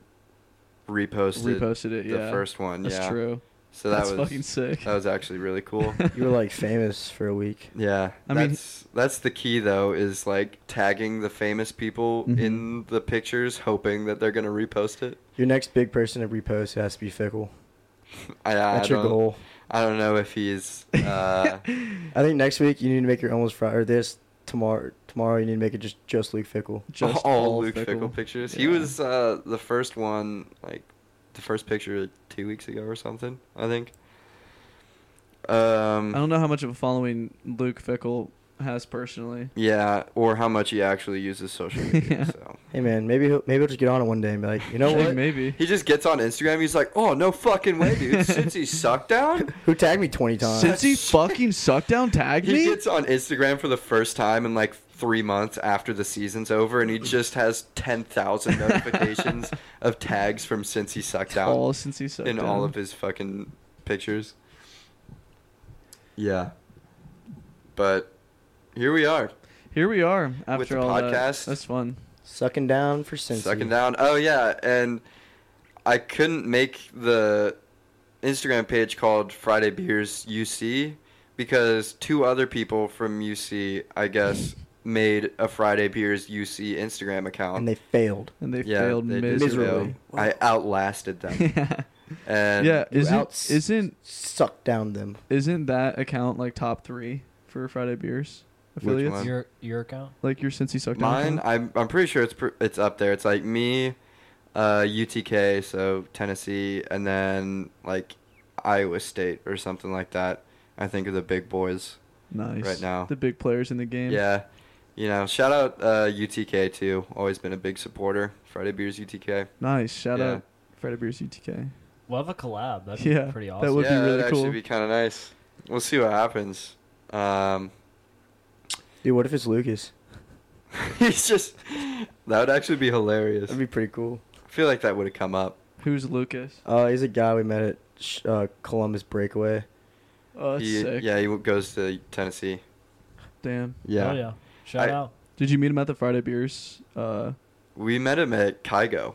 Speaker 2: reposted,
Speaker 3: reposted it.
Speaker 2: the
Speaker 3: Yeah,
Speaker 2: first one.
Speaker 3: that's
Speaker 2: yeah.
Speaker 3: true.
Speaker 2: So that
Speaker 3: that's
Speaker 2: was
Speaker 3: fucking sick.
Speaker 2: that was actually really
Speaker 3: [LAUGHS]
Speaker 2: cool.
Speaker 1: You were like famous for a week.
Speaker 2: Yeah.
Speaker 3: I mean-
Speaker 2: that's that's the key though is like tagging the famous people
Speaker 3: Mhm.
Speaker 2: in the pictures hoping that they're going to repost it. [LAUGHS]
Speaker 1: Your next big person to repost has to be Fickle.
Speaker 2: I, I
Speaker 1: That's your
Speaker 2: don't-
Speaker 1: goal.
Speaker 2: I don't know if he's uh
Speaker 1: I think next week you need to make your almost Friday or this tomorrow. Tomorrow you need to make it just just Luke Fickle.
Speaker 3: [LAUGHS] Just
Speaker 2: all,
Speaker 3: all
Speaker 2: Luke Fickle,
Speaker 3: Fickle.
Speaker 2: pictures. He
Speaker 3: Yeah.
Speaker 2: was uh, the first one, like the first picture two weeks ago or something, I think.
Speaker 3: I
Speaker 2: Um,
Speaker 3: don't know how much of a following Luke Fickle has personally.
Speaker 2: yeah, or how much he actually uses
Speaker 3: [LAUGHS]
Speaker 2: social media.
Speaker 3: Yeah.
Speaker 2: So
Speaker 1: Hey man, maybe he'll, maybe he'll just get on it one day and be like, you know
Speaker 3: Hey,
Speaker 1: what?
Speaker 3: Maybe.
Speaker 2: he just gets on Instagram. He's like, "Oh no fucking way, dude! Since he sucked down."
Speaker 1: Who tagged me twenty times?
Speaker 3: Since he fucking sucked down
Speaker 4: [LAUGHS]
Speaker 3: tagged
Speaker 2: He
Speaker 3: me?
Speaker 2: gets on Instagram for the first time in like three months after the season's over, and he just has ten thousand notifications of tags from since he sucked down.
Speaker 3: All since he sucked
Speaker 2: in
Speaker 3: down.
Speaker 2: all of his fucking pictures. Yeah. But here we are,
Speaker 3: Here we are after
Speaker 2: the
Speaker 3: all
Speaker 2: podcast.
Speaker 3: that. That's fun.
Speaker 1: Sucking down for Cincy.
Speaker 2: sucking down. Oh yeah, and I couldn't make the Instagram page called Friday Beers UC because two other people from UC,
Speaker 3: [LAUGHS]
Speaker 2: I guess, made a Friday Beers UC Instagram account.
Speaker 1: and they failed.
Speaker 3: And they
Speaker 2: yeah,
Speaker 3: failed
Speaker 2: they did
Speaker 3: miserably. [LAUGHS]
Speaker 1: Miserably.
Speaker 2: fail. I outlasted them.
Speaker 3: yeah.
Speaker 2: and
Speaker 3: Yeah,
Speaker 1: You
Speaker 3: isn't
Speaker 1: outs-
Speaker 3: isn't
Speaker 1: Sucked down them.
Speaker 3: isn't that account like top 3 for Friday Beers
Speaker 2: Which
Speaker 3: affiliates?
Speaker 2: one?
Speaker 4: Your your account?
Speaker 3: Like your since he sucked down.
Speaker 2: Mine,
Speaker 3: account?
Speaker 2: I'm I'm pretty sure it's pr- it's up there. It's like me, uh, UTK, so Tennessee, and then like Iowa State or something like that. I think are the big boys.
Speaker 3: Nice.
Speaker 2: right now.
Speaker 3: The big players in the game.
Speaker 2: Yeah, you know, shout out uh, UTK too. Always been a big supporter. Friday Beers UTK.
Speaker 3: Nice. Shout
Speaker 2: Yeah.
Speaker 3: out Friday Beers UTK.
Speaker 4: We'll have a collab. That'd
Speaker 3: Yeah,
Speaker 4: be pretty
Speaker 3: that
Speaker 4: awesome.
Speaker 3: would be
Speaker 2: yeah,
Speaker 3: really
Speaker 2: that'd
Speaker 3: cool.
Speaker 2: actually be kind of nice. We'll see what happens. Um, [LAUGHS]
Speaker 1: Dude, what if it's Lucas?
Speaker 2: he's just that would actually be hilarious.
Speaker 1: That'd be pretty cool.
Speaker 2: I feel like that would have come up.
Speaker 3: Who's Lucas?
Speaker 1: Uh, he's a guy we met at sh- uh, Columbus Breakaway.
Speaker 3: Oh, that's
Speaker 2: He-
Speaker 3: sick.
Speaker 2: yeah, he w- goes to Tennessee.
Speaker 3: Damn.
Speaker 4: Oh yeah. Shout
Speaker 2: I-
Speaker 4: out.
Speaker 3: Did you meet him at the Friday Beers? Uh,
Speaker 2: We met him at Kygo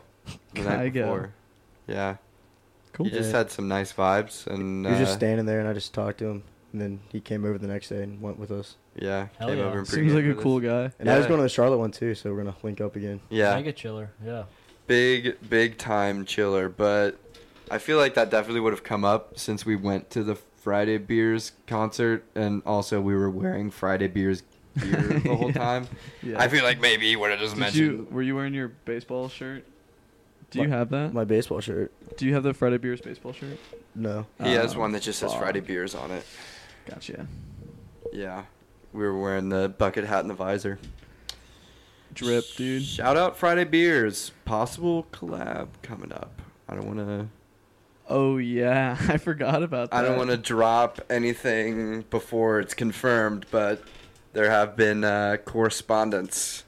Speaker 2: the night
Speaker 3: Kygo.
Speaker 2: before. Yeah.
Speaker 1: Cool.
Speaker 2: You just had some nice vibes, and
Speaker 1: He was
Speaker 2: uh,
Speaker 1: just standing there, and I just talked to him, and then he came over the next day and went with us.
Speaker 2: yeah,
Speaker 4: Hell
Speaker 2: came
Speaker 4: yeah.
Speaker 2: over. And
Speaker 3: Seems
Speaker 2: pregame
Speaker 3: like a
Speaker 2: with us.
Speaker 3: cool guy.
Speaker 1: And I was
Speaker 2: Yeah.
Speaker 1: going to the Charlotte one too, so we're gonna link up again.
Speaker 2: Yeah,
Speaker 4: Mega chiller. Yeah.
Speaker 2: big big time chiller but i feel like that definitely would have come up since we went to the friday beers concert and also we were wearing friday beers
Speaker 3: [LAUGHS]
Speaker 2: gear the whole
Speaker 3: Yeah.
Speaker 2: time
Speaker 3: Yeah.
Speaker 2: i feel like maybe he would have just
Speaker 3: Did
Speaker 2: mentioned
Speaker 3: you were you wearing your baseball shirt? Do you
Speaker 1: My-
Speaker 3: have that?
Speaker 1: My baseball shirt. do
Speaker 3: Do you have the Friday Beers baseball shirt?
Speaker 1: No.
Speaker 2: he has
Speaker 3: Oh,
Speaker 2: one that just says
Speaker 3: fuck.
Speaker 2: friday beers on it
Speaker 3: Gotcha.
Speaker 2: yeah we were wearing the bucket hat and the visor
Speaker 3: Drip, dude.
Speaker 2: shout out friday beers possible collab coming up i don't want to
Speaker 3: Oh yeah, [LAUGHS] I forgot about that.
Speaker 2: I don't want to drop anything before it's confirmed, but there have been uh, correspondence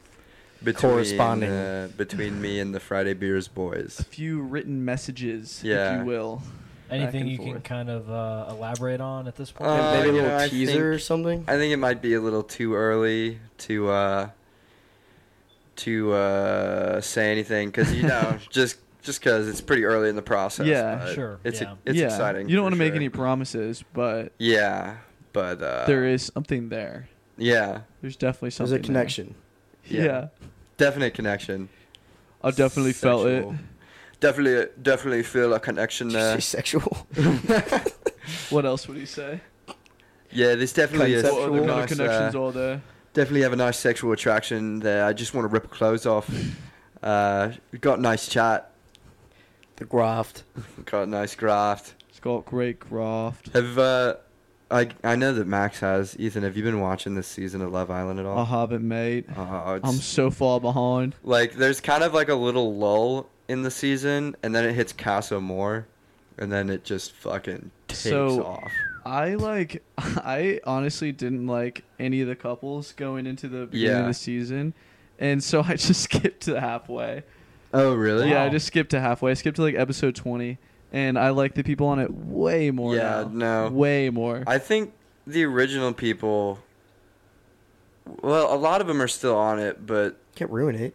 Speaker 2: between
Speaker 1: Corresponding.
Speaker 2: uh, between me and the Friday Beers boys.
Speaker 3: a few written messages, if
Speaker 2: Yeah.
Speaker 3: you will.
Speaker 4: Anything
Speaker 3: and
Speaker 4: you can
Speaker 3: forth.
Speaker 4: kind of uh, elaborate on at this point?
Speaker 2: Uh,
Speaker 1: Yeah, maybe a
Speaker 2: you
Speaker 1: little
Speaker 2: know, I
Speaker 1: teaser
Speaker 2: think-
Speaker 1: or something.
Speaker 2: I think it might be a little too early to uh, to uh, say anything because
Speaker 3: [LAUGHS]
Speaker 2: you know just just because it's pretty early in the process.
Speaker 3: Yeah,
Speaker 2: but
Speaker 4: Sure,
Speaker 2: It's
Speaker 4: yeah.
Speaker 2: it's
Speaker 3: Yeah,
Speaker 2: exciting.
Speaker 3: You don't
Speaker 2: for
Speaker 3: want to make
Speaker 2: sure.
Speaker 3: any promises, but
Speaker 2: Yeah, but uh,
Speaker 3: there is something there.
Speaker 2: yeah
Speaker 3: There's definitely
Speaker 1: There's
Speaker 3: something.
Speaker 1: a
Speaker 3: There.
Speaker 1: connection.
Speaker 2: Yeah.
Speaker 3: [LAUGHS] Yeah.
Speaker 2: definite connection.
Speaker 3: I definitely felt it.
Speaker 2: Sexual. Definitely, definitely feel a connection
Speaker 1: Did you
Speaker 2: there.
Speaker 1: say sexual.
Speaker 3: What else would he say?
Speaker 2: Yeah, there's definitely a,
Speaker 3: Well,
Speaker 1: Concept- Sexual
Speaker 3: there are
Speaker 2: nice,
Speaker 3: connections
Speaker 2: uh,
Speaker 3: all there.
Speaker 2: definitely have a nice sexual attraction there. I just want to rip her
Speaker 3: [SIGHS]
Speaker 2: clothes off. Uh, got nice chat.
Speaker 1: the graft.
Speaker 2: Got nice graft.
Speaker 3: It's got great graft.
Speaker 2: Have uh, I I know that Max has Ethan. Have you been watching this season of Love Island at
Speaker 3: I
Speaker 2: all?
Speaker 3: haven't, mate.
Speaker 2: Uh, it's,
Speaker 3: Uh-huh. I'm so far behind.
Speaker 2: like there's kind of like a little lull in the season, and then it hits Casa More, and then it just fucking takes
Speaker 3: So-
Speaker 2: off.
Speaker 3: I like. [LAUGHS] I honestly didn't like any of the couples going into the beginning
Speaker 2: Yeah.
Speaker 3: of the season, and so [LAUGHS] I just skipped to halfway.
Speaker 2: Oh really?
Speaker 3: Yeah, I
Speaker 4: Wow.
Speaker 3: just skipped to halfway. I skipped to like episode 20, and I like the people on it way more.
Speaker 2: Yeah,
Speaker 3: now.
Speaker 2: no.
Speaker 3: way more.
Speaker 2: I think the original people. Well, a lot of them are still on it, but
Speaker 1: Can't ruin it.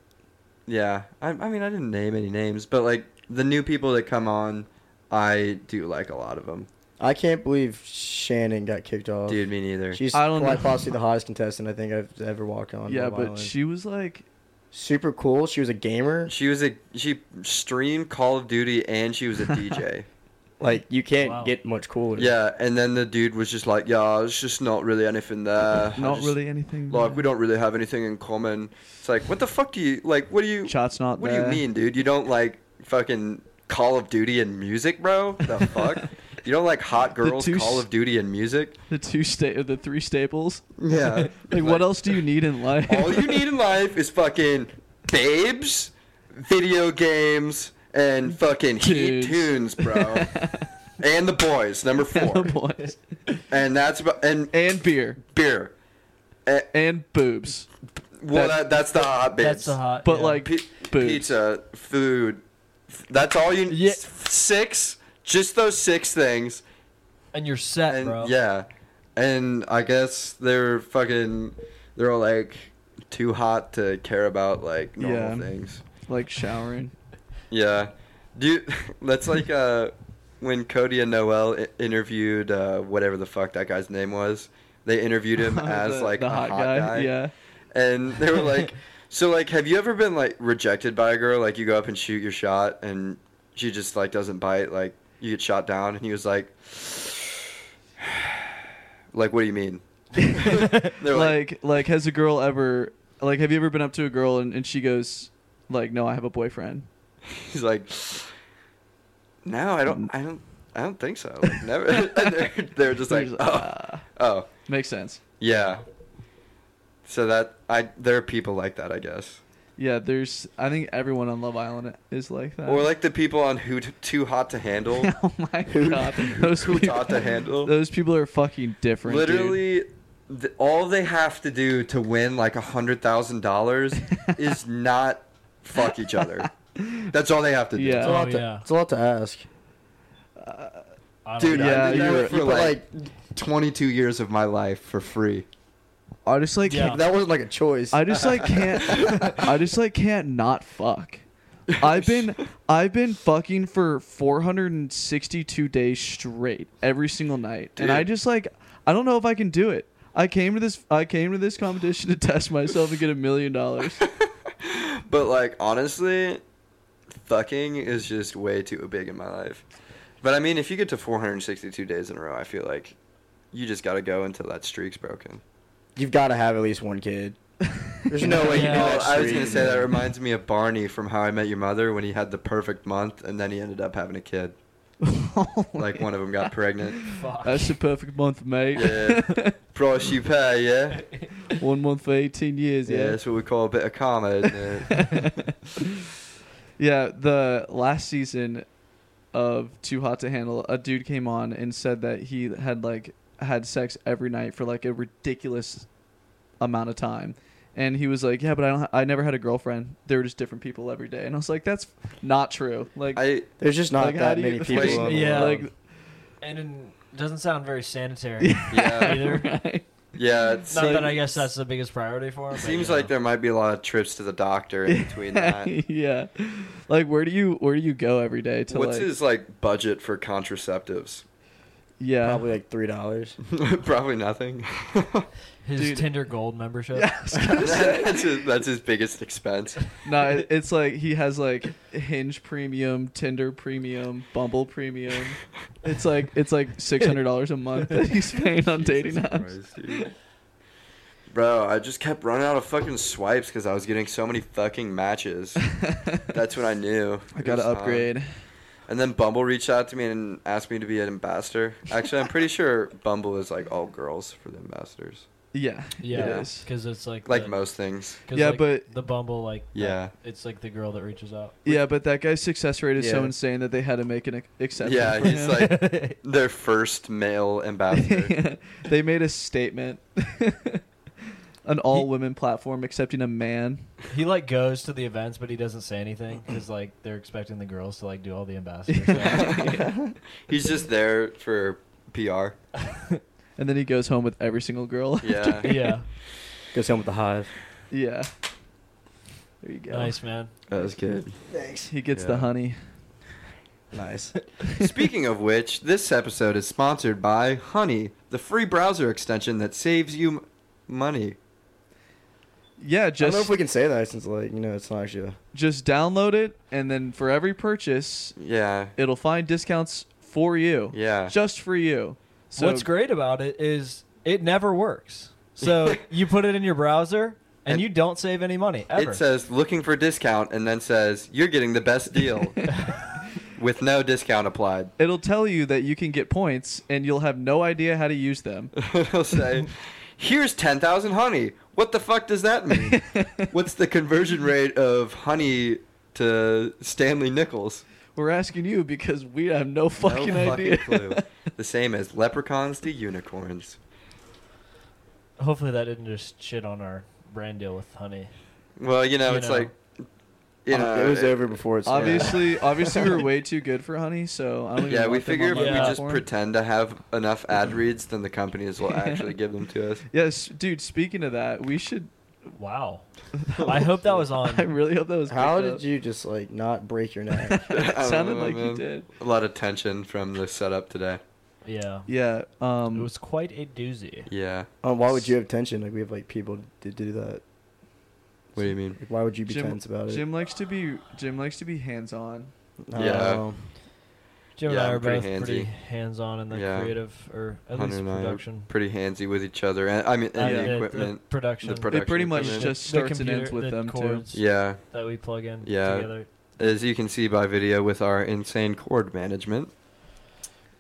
Speaker 2: yeah. I, I mean, I didn't name any names, but like the new people that come on, I do like a lot of them.
Speaker 1: I can't believe Shannon got kicked
Speaker 3: Oh,
Speaker 1: off.
Speaker 2: Dude, me neither.
Speaker 1: She's
Speaker 3: I don't
Speaker 1: quite
Speaker 3: know.
Speaker 1: possibly the hottest contestant I think I've ever walked on.
Speaker 3: yeah,
Speaker 1: Love
Speaker 3: but
Speaker 1: Island.
Speaker 3: she was like,
Speaker 1: super cool. She was a gamer.
Speaker 2: She was a she streamed Call of Duty and she was a DJ.
Speaker 3: [LAUGHS]
Speaker 1: Like you can't
Speaker 4: Wow.
Speaker 1: get much cooler.
Speaker 2: yeah, and then the dude was just like, "Yeah, it's just not really anything there. Uh, I
Speaker 3: not
Speaker 2: just-
Speaker 3: really anything.
Speaker 2: Like we
Speaker 3: [LAUGHS]
Speaker 2: don't really have anything in common." It's like, what the fuck do you like? What do you?
Speaker 3: Chat's not
Speaker 2: What do
Speaker 3: there.
Speaker 2: you mean, dude? You don't like fucking Call of Duty and music, bro?
Speaker 3: [LAUGHS]
Speaker 2: The fuck? you don't like hot
Speaker 3: The
Speaker 2: girls,
Speaker 3: two
Speaker 2: Call
Speaker 3: s-
Speaker 2: of Duty
Speaker 3: [LAUGHS]
Speaker 2: and music?
Speaker 3: [LAUGHS] The two sta- or the three staples.
Speaker 2: Yeah.
Speaker 3: [LAUGHS] like, what else do you need in life?
Speaker 2: All you need in life is fucking babes, video games, and fucking heat
Speaker 3: Dudes.
Speaker 2: tunes, bro.
Speaker 3: [LAUGHS]
Speaker 2: and the boys, number
Speaker 3: and
Speaker 2: [LAUGHS] four.
Speaker 3: the boys.
Speaker 2: and that's about and
Speaker 3: and beer
Speaker 2: beer. Eh,
Speaker 3: and boobs,
Speaker 2: well,
Speaker 3: That-
Speaker 2: that, that's the hot babes.
Speaker 4: That's the hot.
Speaker 3: but
Speaker 4: yeah.
Speaker 3: like
Speaker 2: Pi-
Speaker 3: boobs.
Speaker 2: pizza, food. That's all you.
Speaker 3: Yeah.
Speaker 2: s- Six, just those six things.
Speaker 4: and you're set,
Speaker 2: and
Speaker 4: bro.
Speaker 2: yeah, and I guess they're fucking, they're all like too hot to care about like normal
Speaker 3: Yeah.
Speaker 2: things.
Speaker 3: like showering.
Speaker 2: Yeah, do you, [LAUGHS] that's like uh when Cody and Noel I- interviewed uh whatever the fuck that guy's name was. They interviewed him
Speaker 3: [LAUGHS]
Speaker 2: as
Speaker 3: The-
Speaker 2: like
Speaker 3: the
Speaker 2: a hot, guy.
Speaker 3: Yeah, [LAUGHS]
Speaker 2: and they were like, so like, have you ever been like rejected by a girl? Like you go up and shoot your shot and she just like doesn't bite. Like you get shot down, and he was like. [SIGHS] Like what do you mean? [LAUGHS] [LAUGHS] They're like,
Speaker 3: like like has a girl ever like have you ever been up to a girl and, and she goes like no I have a boyfriend
Speaker 2: he's like, no, I don't, I don't, I don't think so. Like, never. [LAUGHS] And they're, they're just
Speaker 3: [LAUGHS]
Speaker 2: like,
Speaker 3: He's
Speaker 2: oh,
Speaker 3: "Ah,
Speaker 2: oh,
Speaker 3: makes sense
Speaker 2: yeah. So that I, there are people like that, I guess,
Speaker 3: yeah there's I think everyone on Love Island is like that
Speaker 2: or
Speaker 3: [LAUGHS]
Speaker 2: like the people on who t- too hot to handle.
Speaker 3: oh my
Speaker 2: [LAUGHS]
Speaker 3: god those
Speaker 2: who
Speaker 3: people,
Speaker 2: taught to handle?
Speaker 3: those people are fucking different dude.
Speaker 2: Literally, th- all they have to do to win like a hundred thousand dollars
Speaker 3: [LAUGHS]
Speaker 2: is not fuck each other. That's all they have to do.
Speaker 1: It's,
Speaker 3: Yeah.
Speaker 1: a lot
Speaker 4: Oh,
Speaker 1: to,
Speaker 4: yeah.
Speaker 1: it's a lot to ask.
Speaker 4: I don't
Speaker 2: Dude,
Speaker 4: know.
Speaker 2: yeah,
Speaker 3: Yeah,
Speaker 2: I did
Speaker 3: you
Speaker 2: that
Speaker 3: were-
Speaker 2: for
Speaker 1: you put,
Speaker 2: like, twenty-two years of my life for free. [LAUGHS]
Speaker 3: I just like
Speaker 4: Yeah.
Speaker 2: [LAUGHS]
Speaker 1: That wasn't like a choice.
Speaker 3: I just like can't I just like can't not fuck I've been I've been fucking for 462 days straight every single night. And I
Speaker 2: Dude.
Speaker 3: just like I don't know if I can do it. I came to this I came to this competition to test myself and get a million dollars.
Speaker 2: But like honestly, fucking is just way too big in my life. But I mean, if you get to 462 days in a row, I feel like you just gotta go until that streak's broken.
Speaker 1: You've got to have at least one kid. There's no way you do
Speaker 4: Yeah.
Speaker 1: that.
Speaker 2: Well, I was
Speaker 1: streak.
Speaker 2: gonna say that reminds me of Barney from How I Met Your Mother when he had the perfect month and then he ended up having a kid.
Speaker 3: [LAUGHS]
Speaker 2: Like one of them got pregnant.
Speaker 4: Fuck.
Speaker 3: That's the perfect month, mate.
Speaker 4: [LAUGHS]
Speaker 3: [LAUGHS]
Speaker 2: Yeah. Price you pay, yeah.
Speaker 3: One month for 18 years,
Speaker 2: Yeah,
Speaker 3: yeah.
Speaker 2: that's what we call a bit of karma, isn't it?
Speaker 3: [LAUGHS]
Speaker 4: [LAUGHS]
Speaker 3: Yeah, the last season of Too Hot to Handle, a dude came on and said that he had like had sex every night for like a ridiculous amount of time. And he was like, "Yeah, but I don't. Ha- I never had a girlfriend. They were just different people every day." And I was like, "That's not true. Like,
Speaker 2: I
Speaker 1: There's just not
Speaker 3: Like, how
Speaker 1: that
Speaker 3: do you- [LAUGHS]
Speaker 1: many people.
Speaker 2: Wait,
Speaker 1: in the
Speaker 4: yeah.
Speaker 1: world.
Speaker 3: like,
Speaker 4: And it doesn't sound
Speaker 3: [LAUGHS]
Speaker 4: very sanitary [LAUGHS]
Speaker 2: yeah,
Speaker 4: either.
Speaker 3: right?
Speaker 2: yeah. It's,
Speaker 4: Not
Speaker 3: So-
Speaker 4: that I guess that's the biggest priority for him.
Speaker 2: it seems like there might be a lot of trips to the doctor in between
Speaker 4: [LAUGHS]
Speaker 3: [LAUGHS]
Speaker 2: that.
Speaker 3: yeah. Like, where do you where do you go every day to
Speaker 2: What's
Speaker 3: like?
Speaker 2: his like budget for contraceptives? [LAUGHS]
Speaker 3: yeah,
Speaker 1: Probably like three dollars.
Speaker 2: Probably
Speaker 4: [LAUGHS]
Speaker 2: nothing. [LAUGHS]
Speaker 4: his
Speaker 3: Dude.
Speaker 4: Tinder Gold
Speaker 2: [LAUGHS]
Speaker 4: membership.
Speaker 2: that's, his, that's his biggest
Speaker 4: [LAUGHS]
Speaker 2: expense.
Speaker 3: [LAUGHS] No, it- it's like he has like Hinge Premium, Tinder Premium, Bumble Premium. It's like it's like six hundred dollars a month that
Speaker 4: [LAUGHS]
Speaker 3: he's paying on dating
Speaker 2: Jesus
Speaker 3: apps.
Speaker 2: Christ, dude. Bro, I just kept running out of fucking swipes because I was getting so many
Speaker 3: [LAUGHS]
Speaker 2: fucking matches. That's when I knew.
Speaker 3: I
Speaker 2: it
Speaker 3: gotta
Speaker 2: was time.
Speaker 3: upgrade.
Speaker 2: And then Bumble reached out to me and asked me to be an ambassador. Actually, I'm pretty sure [LAUGHS] Bumble is like all girls for the ambassadors,
Speaker 3: Yeah,
Speaker 4: Yeah,
Speaker 3: it
Speaker 2: Yeah.
Speaker 3: is.
Speaker 4: because it's like
Speaker 2: like
Speaker 4: the,
Speaker 2: most things.
Speaker 4: 'cause,
Speaker 3: Yeah,
Speaker 4: like,
Speaker 3: but-
Speaker 4: the Bumble like that-
Speaker 2: Yeah.
Speaker 4: it's like the girl that reaches out.
Speaker 3: Yeah, but that guy's success rate is so
Speaker 1: Yeah.
Speaker 3: insane that they had to make an ex- exception.
Speaker 2: Yeah,
Speaker 3: for
Speaker 2: he's
Speaker 3: him. [LAUGHS]
Speaker 2: like their first male ambassador. [LAUGHS]
Speaker 3: they made a statement, [LAUGHS] an all women platform accepting a man.
Speaker 4: He like goes to the events, but he doesn't say anything because like they're expecting the girls to like do all the ambassador
Speaker 2: [LAUGHS]
Speaker 4: stuff.
Speaker 2: He's just there for PR.
Speaker 3: And then he goes home with every single girl.
Speaker 2: Yeah.
Speaker 3: [LAUGHS]
Speaker 4: yeah,
Speaker 1: Goes home with the hive.
Speaker 3: yeah. There you go.
Speaker 4: nice
Speaker 2: [LAUGHS]
Speaker 4: man.
Speaker 2: That was good.
Speaker 1: Thanks.
Speaker 3: He gets the
Speaker 2: Yeah.
Speaker 3: honey.
Speaker 1: [LAUGHS] Nice.
Speaker 2: Speaking of which, this episode is sponsored by Honey, the free browser extension that saves you m- money.
Speaker 3: Yeah,
Speaker 1: I don't
Speaker 3: just
Speaker 1: know if we can say that since like you know it's not actually. A...
Speaker 3: just download it, and then for every purchase,
Speaker 2: Yeah.
Speaker 3: it'll find discounts for you,
Speaker 2: Yeah.
Speaker 3: just for you. So
Speaker 4: What's great about it is it never works.
Speaker 2: [LAUGHS]
Speaker 4: So you put it in your browser and,
Speaker 2: And-
Speaker 4: you don't save any money ever.
Speaker 2: It says looking for discount and then says you're getting the best deal with no discount applied.
Speaker 3: [LAUGHS]
Speaker 2: [LAUGHS]
Speaker 3: it'll tell you that you can get points, and you'll have no idea how to use them.
Speaker 2: It'll say, here's 10,000 honey. What the fuck does
Speaker 3: [LAUGHS]
Speaker 2: that mean? What's the conversion rate of honey to Stanley Nichols?
Speaker 3: We're asking you because we have no
Speaker 2: No
Speaker 3: fucking idea. [LAUGHS]
Speaker 2: clue. [LAUGHS] The same as leprechauns to unicorns.
Speaker 4: Hopefully that didn't just shit on our brand deal with honey.
Speaker 2: Well, you know,
Speaker 4: You
Speaker 2: it's
Speaker 4: know.
Speaker 2: like,
Speaker 5: Oh,
Speaker 2: you know,
Speaker 1: it was over before it's
Speaker 3: obviously, obviously,
Speaker 1: [LAUGHS]
Speaker 2: [LAUGHS]
Speaker 3: we're way too good for honey, so I don't even
Speaker 2: Yeah,
Speaker 3: want
Speaker 2: we
Speaker 3: them
Speaker 2: figure
Speaker 3: on
Speaker 2: if
Speaker 3: my
Speaker 2: we
Speaker 4: Yeah.
Speaker 2: just
Speaker 3: platform.
Speaker 2: pretend to have enough ad reads, then the [LAUGHS] companies
Speaker 3: [LAUGHS]
Speaker 2: will actually give them to us.
Speaker 3: Yes, dude. Speaking of that, we should.
Speaker 2: [LAUGHS]
Speaker 4: Wow. [LAUGHS] I hope that was
Speaker 3: [LAUGHS] I
Speaker 4: on.
Speaker 3: really hope that was.
Speaker 1: How
Speaker 3: picked
Speaker 1: did you just like not break your
Speaker 3: [LAUGHS]
Speaker 1: neck?
Speaker 3: up.
Speaker 2: [LAUGHS] I
Speaker 3: It
Speaker 2: don't
Speaker 3: sounded
Speaker 2: know,
Speaker 3: like you
Speaker 2: man.
Speaker 3: did.
Speaker 2: A lot of tension from the setup today.
Speaker 4: Yeah.
Speaker 3: Yeah. Um.
Speaker 4: It was quite a doozy.
Speaker 2: Yeah.
Speaker 1: um, why would you have tension? Like we have like people to do that.
Speaker 2: What do you mean?
Speaker 1: Like, why would you be
Speaker 3: Jim-
Speaker 1: tense about it?
Speaker 3: Jim likes to be Jim likes to be hands on.
Speaker 1: I don't
Speaker 2: Yeah.
Speaker 1: know.
Speaker 4: Jim
Speaker 2: Yeah,
Speaker 4: and I
Speaker 2: I'm
Speaker 4: are
Speaker 2: pretty
Speaker 4: both pretty
Speaker 2: handsy.
Speaker 4: hands-on in the
Speaker 2: Yeah.
Speaker 4: creative, or at
Speaker 2: Hunter
Speaker 4: least
Speaker 2: and I are
Speaker 4: production.
Speaker 2: Pretty handsy with each other. And, I mean, and
Speaker 4: Uh,
Speaker 2: the
Speaker 4: the- the
Speaker 2: equipment.
Speaker 4: production.
Speaker 2: the
Speaker 3: It pretty
Speaker 2: Production
Speaker 3: much
Speaker 2: equipment.
Speaker 3: just
Speaker 4: The
Speaker 3: starts and
Speaker 4: computer,
Speaker 3: ends with
Speaker 4: the
Speaker 3: them too.
Speaker 4: cords
Speaker 2: Yeah.
Speaker 4: That we plug in
Speaker 2: Yeah.
Speaker 4: together.
Speaker 2: As you can see by video with our insane cord management.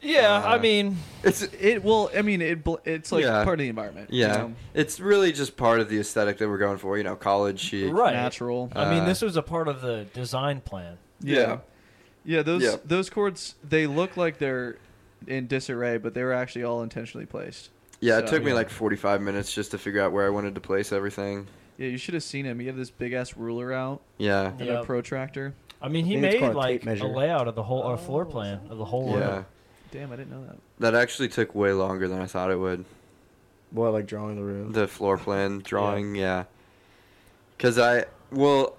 Speaker 4: Yeah, I
Speaker 2: Uh,
Speaker 4: mean,
Speaker 2: It's
Speaker 3: It well, I mean, it bl- it's like
Speaker 2: Yeah.
Speaker 3: part of the environment. you
Speaker 2: yeah.
Speaker 3: know?
Speaker 2: It's really just part of the aesthetic that we're going for, you know, college chic.
Speaker 4: Right.
Speaker 3: natural.
Speaker 2: Uh,
Speaker 4: I mean, this was a part of the design plan.
Speaker 3: yeah. yeah,
Speaker 2: yeah.
Speaker 3: Those
Speaker 2: Yeah.
Speaker 3: those chords they look like they're in disarray, but they were actually all intentionally placed.
Speaker 2: Yeah, it
Speaker 3: So-
Speaker 2: took me like 45 minutes just to figure out where I wanted to place everything.
Speaker 3: Yeah, you should have seen him. He had this big ass ruler out
Speaker 2: Yeah.
Speaker 3: and a
Speaker 4: Yep.
Speaker 3: protractor.
Speaker 4: I mean, he
Speaker 1: think it's
Speaker 4: made
Speaker 1: called a
Speaker 4: like
Speaker 1: tape measure.
Speaker 4: a layout of the whole, or floor
Speaker 3: Oh,
Speaker 4: plan of the whole
Speaker 2: Yeah.
Speaker 4: room.
Speaker 3: Damn, I didn't know that.
Speaker 2: That actually took way longer than I thought it would.
Speaker 1: What like drawing the room?
Speaker 2: The floor plan drawing, yeah. Cuz I well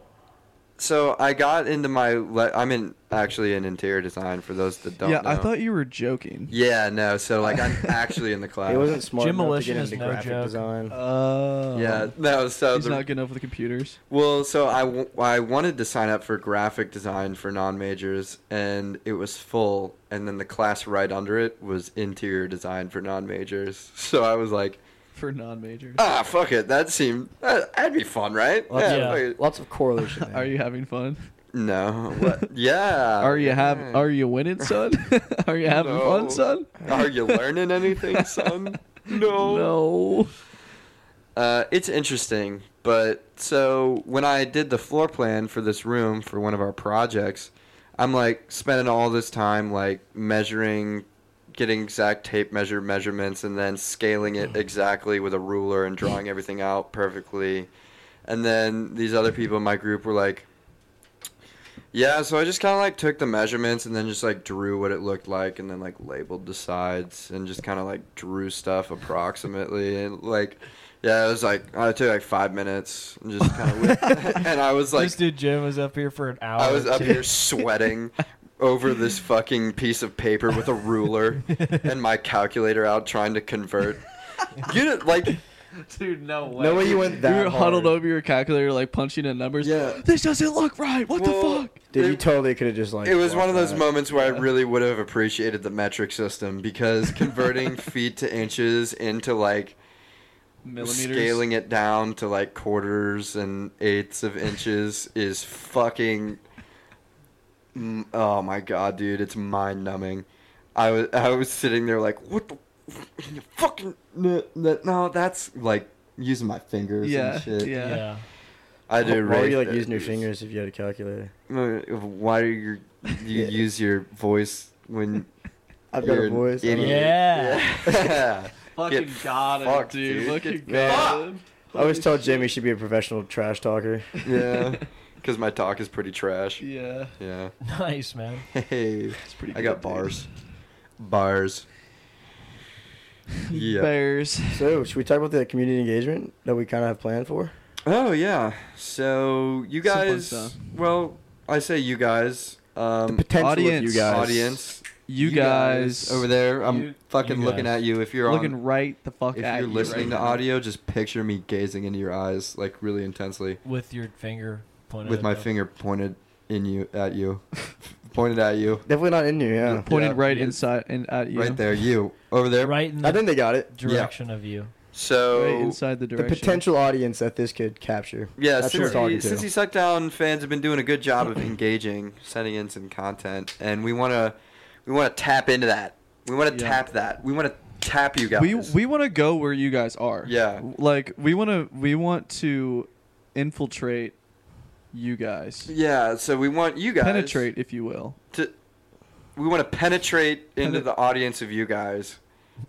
Speaker 2: so I got into my. Le- I'm in actually in interior design for those that don't.
Speaker 3: yeah, I
Speaker 2: know.
Speaker 3: thought you were joking.
Speaker 2: Yeah, no. So like,
Speaker 3: [LAUGHS]
Speaker 2: I'm actually in the class.
Speaker 5: He wasn't smart
Speaker 4: Jim
Speaker 5: enough to
Speaker 4: Milition
Speaker 5: get
Speaker 4: is
Speaker 5: into
Speaker 4: no
Speaker 5: graphic
Speaker 4: joke.
Speaker 5: design.
Speaker 3: Oh.
Speaker 2: Yeah, no. So
Speaker 3: He's
Speaker 2: the,
Speaker 3: not good enough with the computers.
Speaker 2: well, so I, w- I wanted to sign up for graphic design for non majors, and it was full. And then the class right under it was interior design for non majors. [LAUGHS] So I was like,
Speaker 3: For non-majors.
Speaker 2: ah, fuck it. That seemed that, that'd be fun, right?
Speaker 5: Lots,
Speaker 4: Yeah.
Speaker 2: fuck
Speaker 5: of,
Speaker 2: it.
Speaker 5: lots of correlation.
Speaker 2: Oh,
Speaker 5: there.
Speaker 3: [LAUGHS] Are you having fun?
Speaker 2: No. What?
Speaker 3: [LAUGHS]
Speaker 2: Yeah.
Speaker 3: are you have?
Speaker 2: yeah.
Speaker 3: Are you winning, son? [LAUGHS] are you having
Speaker 2: No.
Speaker 3: fun, son?
Speaker 2: [LAUGHS] Are you learning anything, son? No.
Speaker 3: [LAUGHS] No.
Speaker 2: Uh, it's interesting, but so when I did the floor plan for this room for one of our projects, I'm like spending all this time like measuring, getting exact tape measure measurements, and then scaling it exactly with a ruler and drawing everything out perfectly. And then these other people in my group were like, yeah, so I just kind of like took the measurements and then just like drew what it looked like and then like labeled the sides and just kind of like drew stuff approximately and like yeah, it was like I took like 5 minutes and just kind of [LAUGHS] and I was like
Speaker 4: this dude Jim was up here for an hour.
Speaker 2: I was up
Speaker 4: too. [LAUGHS]
Speaker 2: here sweating over this fucking piece of paper with
Speaker 3: [LAUGHS]
Speaker 2: a ruler and my calculator out trying to convert. You did like
Speaker 3: Dude, no way.
Speaker 5: No way you
Speaker 3: [LAUGHS]
Speaker 5: went that
Speaker 3: you were huddled
Speaker 5: hard.
Speaker 3: over your calculator, like punching in numbers.
Speaker 2: Yeah.
Speaker 3: This doesn't look right. What
Speaker 2: Well,
Speaker 3: the fuck?
Speaker 5: Dude, you
Speaker 2: it-
Speaker 5: totally could have just like.
Speaker 2: It was one of
Speaker 5: walked
Speaker 2: those
Speaker 5: out.
Speaker 2: moments where I really would have appreciated the metric system because
Speaker 3: [LAUGHS]
Speaker 2: converting feet to inches into like
Speaker 3: Millimeters.
Speaker 2: scaling it down to like quarters and eighths of inches is fucking. Mm, Oh my god, dude! It's mind numbing. I was I was sitting there like, what the fucking no, no that's like using my fingers
Speaker 3: Yeah,
Speaker 2: and shit.
Speaker 3: yeah.
Speaker 4: Yeah.
Speaker 2: I
Speaker 5: Why
Speaker 2: do.
Speaker 5: were you
Speaker 2: raise
Speaker 5: like using your
Speaker 2: those.
Speaker 5: fingers if you had a calculator?
Speaker 2: Uh, Why do you you
Speaker 5: Yeah.
Speaker 2: use your voice when
Speaker 5: [LAUGHS] I've got
Speaker 2: you're
Speaker 5: a
Speaker 2: an
Speaker 5: voice. I don't
Speaker 2: idiot?
Speaker 5: know.
Speaker 4: Yeah.
Speaker 2: [LAUGHS] Yeah.
Speaker 3: Fucking
Speaker 2: Get
Speaker 3: got it,
Speaker 2: fucked,
Speaker 3: dude.
Speaker 2: dude.
Speaker 3: Fucking
Speaker 2: Get
Speaker 3: got it.
Speaker 5: I always tell Jim he should be a professional trash talker.
Speaker 2: yeah. Because my talk is pretty
Speaker 3: [LAUGHS]
Speaker 2: trash.
Speaker 3: Yeah.
Speaker 2: Yeah.
Speaker 4: [LAUGHS] Nice man.
Speaker 2: Hey.
Speaker 3: It's pretty.
Speaker 2: I got
Speaker 3: good, dude.
Speaker 2: bars. Bars. Yeah.
Speaker 3: Bears.
Speaker 5: So, should we talk about the community engagement that we kind of have planned for?
Speaker 2: Oh yeah. So you
Speaker 3: Some fun
Speaker 2: guys.
Speaker 3: stuff.
Speaker 2: Well, I say you guys. Um,
Speaker 5: the potential of you
Speaker 3: audience.
Speaker 5: guys.
Speaker 2: audience.
Speaker 3: You, guys,
Speaker 2: over there. I'm
Speaker 4: You-
Speaker 2: fucking
Speaker 4: you
Speaker 2: looking
Speaker 4: guys.
Speaker 2: at you. If you're
Speaker 3: looking
Speaker 2: on,
Speaker 3: right the fuck
Speaker 2: if
Speaker 3: at
Speaker 2: you're
Speaker 3: you
Speaker 2: listening
Speaker 3: right
Speaker 2: to
Speaker 3: now.
Speaker 2: audio, just picture me gazing into your eyes like really intensely
Speaker 4: With your finger pointed.
Speaker 2: with
Speaker 4: at
Speaker 2: my
Speaker 4: them.
Speaker 2: finger pointed in you at you, pointed at you.
Speaker 5: Definitely not in you, yeah.
Speaker 3: pointed
Speaker 2: Yeah.
Speaker 3: right
Speaker 2: Yeah.
Speaker 3: inside and at you.
Speaker 2: Right there, you over there.
Speaker 4: Right in the
Speaker 5: I think they got it.
Speaker 4: direction of you.
Speaker 2: So
Speaker 3: Right inside the direction.
Speaker 5: The potential audience that this could capture.
Speaker 2: Yeah,
Speaker 5: That's who
Speaker 2: since,
Speaker 5: we're talking
Speaker 2: he,
Speaker 5: to.
Speaker 2: since he sucked down, fans have been doing a good job of engaging, sending in some content, and we want to we want to tap into that. We want to
Speaker 3: Yeah.
Speaker 2: tap that. We want to tap you guys.
Speaker 3: We we want to go where you guys are.
Speaker 2: Yeah.
Speaker 3: Like we want to we want to infiltrate you guys.
Speaker 2: yeah. So we want you guys
Speaker 3: Penetrate, if you will.
Speaker 2: to. We want to penetrate into
Speaker 3: Penet-
Speaker 2: the audience of you guys.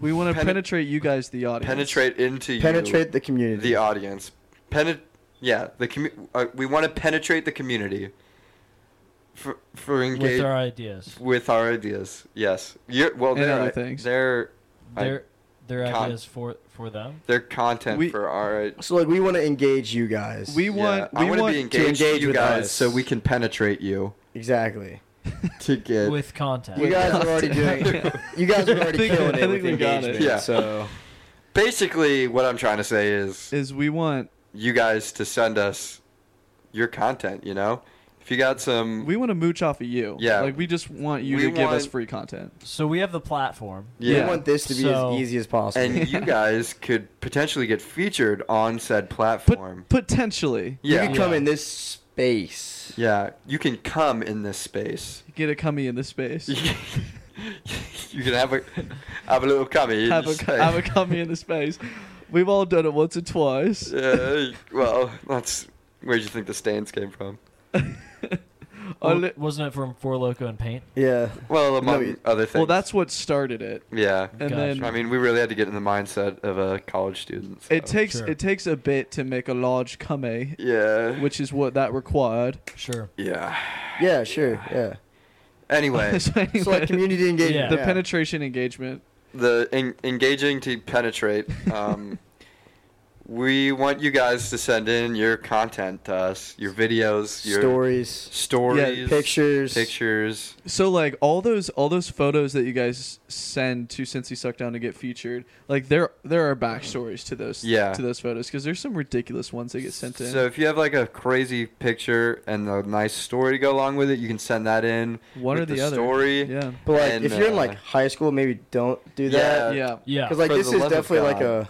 Speaker 3: We want to
Speaker 2: Pene-
Speaker 3: penetrate you guys, the audience.
Speaker 2: Penetrate into
Speaker 5: Penetrate the
Speaker 2: you,
Speaker 5: community.
Speaker 2: the audience. Penet. Yeah, the commu- uh, We want to penetrate the community. For for engage
Speaker 4: With our ideas.
Speaker 2: with our ideas. Yes. You're, well,
Speaker 3: And
Speaker 2: they're,
Speaker 3: other things.
Speaker 2: They're I-
Speaker 4: Their their
Speaker 2: Con-
Speaker 4: ideas for for them.
Speaker 2: they're content
Speaker 3: We-
Speaker 2: for our.
Speaker 5: so, like, we want to engage you guys.
Speaker 3: We want
Speaker 2: yeah, I
Speaker 3: we
Speaker 2: want to
Speaker 3: want
Speaker 2: be engaged
Speaker 5: engage
Speaker 2: with you
Speaker 5: with
Speaker 2: guys
Speaker 5: us.
Speaker 2: so we can penetrate you
Speaker 5: Exactly.
Speaker 2: to get.
Speaker 4: With contact.
Speaker 5: You guys are already doing it. You guys are already
Speaker 3: I think-
Speaker 5: killing
Speaker 3: I
Speaker 5: it
Speaker 3: think
Speaker 5: with
Speaker 3: we got
Speaker 5: engagement.
Speaker 3: it.
Speaker 2: Yeah.
Speaker 5: So,
Speaker 2: Basically, what I'm trying to say
Speaker 3: [LAUGHS]
Speaker 2: is
Speaker 3: is we want
Speaker 2: you guys to send us your content. You know, if you got some,
Speaker 3: we want to mooch off of you.
Speaker 2: Yeah.
Speaker 3: Like we just want you
Speaker 2: We
Speaker 3: to give us
Speaker 2: want-
Speaker 3: free content.
Speaker 4: So we have the platform.
Speaker 5: we
Speaker 3: Yeah.
Speaker 5: want this to be
Speaker 4: So-
Speaker 5: as easy as possible.
Speaker 2: [LAUGHS] and you guys could potentially get featured on said
Speaker 3: Pot-
Speaker 2: platform.
Speaker 3: potentially.
Speaker 5: you
Speaker 2: yeah,
Speaker 5: can
Speaker 2: yeah.
Speaker 5: come in this space.
Speaker 2: You can come in this space.
Speaker 3: Get a cummy in the
Speaker 2: [LAUGHS]
Speaker 3: space.
Speaker 2: you can have a have a little cummy. in
Speaker 3: have
Speaker 2: this
Speaker 3: a
Speaker 2: space.
Speaker 3: have a cummy in the space. We've all done it once or twice.
Speaker 2: [LAUGHS] Yeah, well, that's where'd you think the stains came from?
Speaker 3: [LAUGHS] I
Speaker 4: Well,
Speaker 3: li-
Speaker 4: Oh, wasn't it from Four Loco and Paint?
Speaker 5: Yeah.
Speaker 2: Well, among
Speaker 5: you-
Speaker 2: other things.
Speaker 3: well, that's what started it.
Speaker 2: yeah.
Speaker 3: And
Speaker 4: Gotcha.
Speaker 3: then
Speaker 2: I mean, we really had to get in the mindset of a college student. so-
Speaker 3: It takes
Speaker 4: Sure.
Speaker 3: it takes a bit to make a large cummy,
Speaker 2: Yeah.
Speaker 3: which is what that required. [LAUGHS]
Speaker 4: Sure.
Speaker 2: Yeah.
Speaker 5: Yeah, sure. Yeah.
Speaker 3: [LAUGHS]
Speaker 2: Anyway,
Speaker 3: So anyway,
Speaker 5: So, like, community engagement.
Speaker 3: the
Speaker 5: yeah.
Speaker 3: penetration engagement. [LAUGHS]
Speaker 2: the en- engaging to penetrate. Um, We want you guys to send in your content to us, your videos, your
Speaker 5: Stories,
Speaker 2: stories,
Speaker 5: pictures.
Speaker 2: pictures.
Speaker 3: So like all those all those photos that you guys send to Cincy Suckdown to get featured, like there there are backstories to those
Speaker 2: Yeah.
Speaker 3: to those photos because there's some ridiculous ones that get sent in.
Speaker 2: So if you have like a crazy picture and a nice story to go along with it, you can send that in.
Speaker 3: One
Speaker 2: with
Speaker 3: or the, other.
Speaker 2: Story.
Speaker 3: Yeah.
Speaker 5: But like,
Speaker 2: And,
Speaker 5: if you're in
Speaker 2: uh,
Speaker 5: like high school, maybe don't do that.
Speaker 2: Uh,
Speaker 3: yeah.
Speaker 4: Yeah.
Speaker 5: Because like
Speaker 2: For
Speaker 5: this
Speaker 2: the
Speaker 5: is
Speaker 2: love of
Speaker 5: definitely like
Speaker 2: God.
Speaker 5: a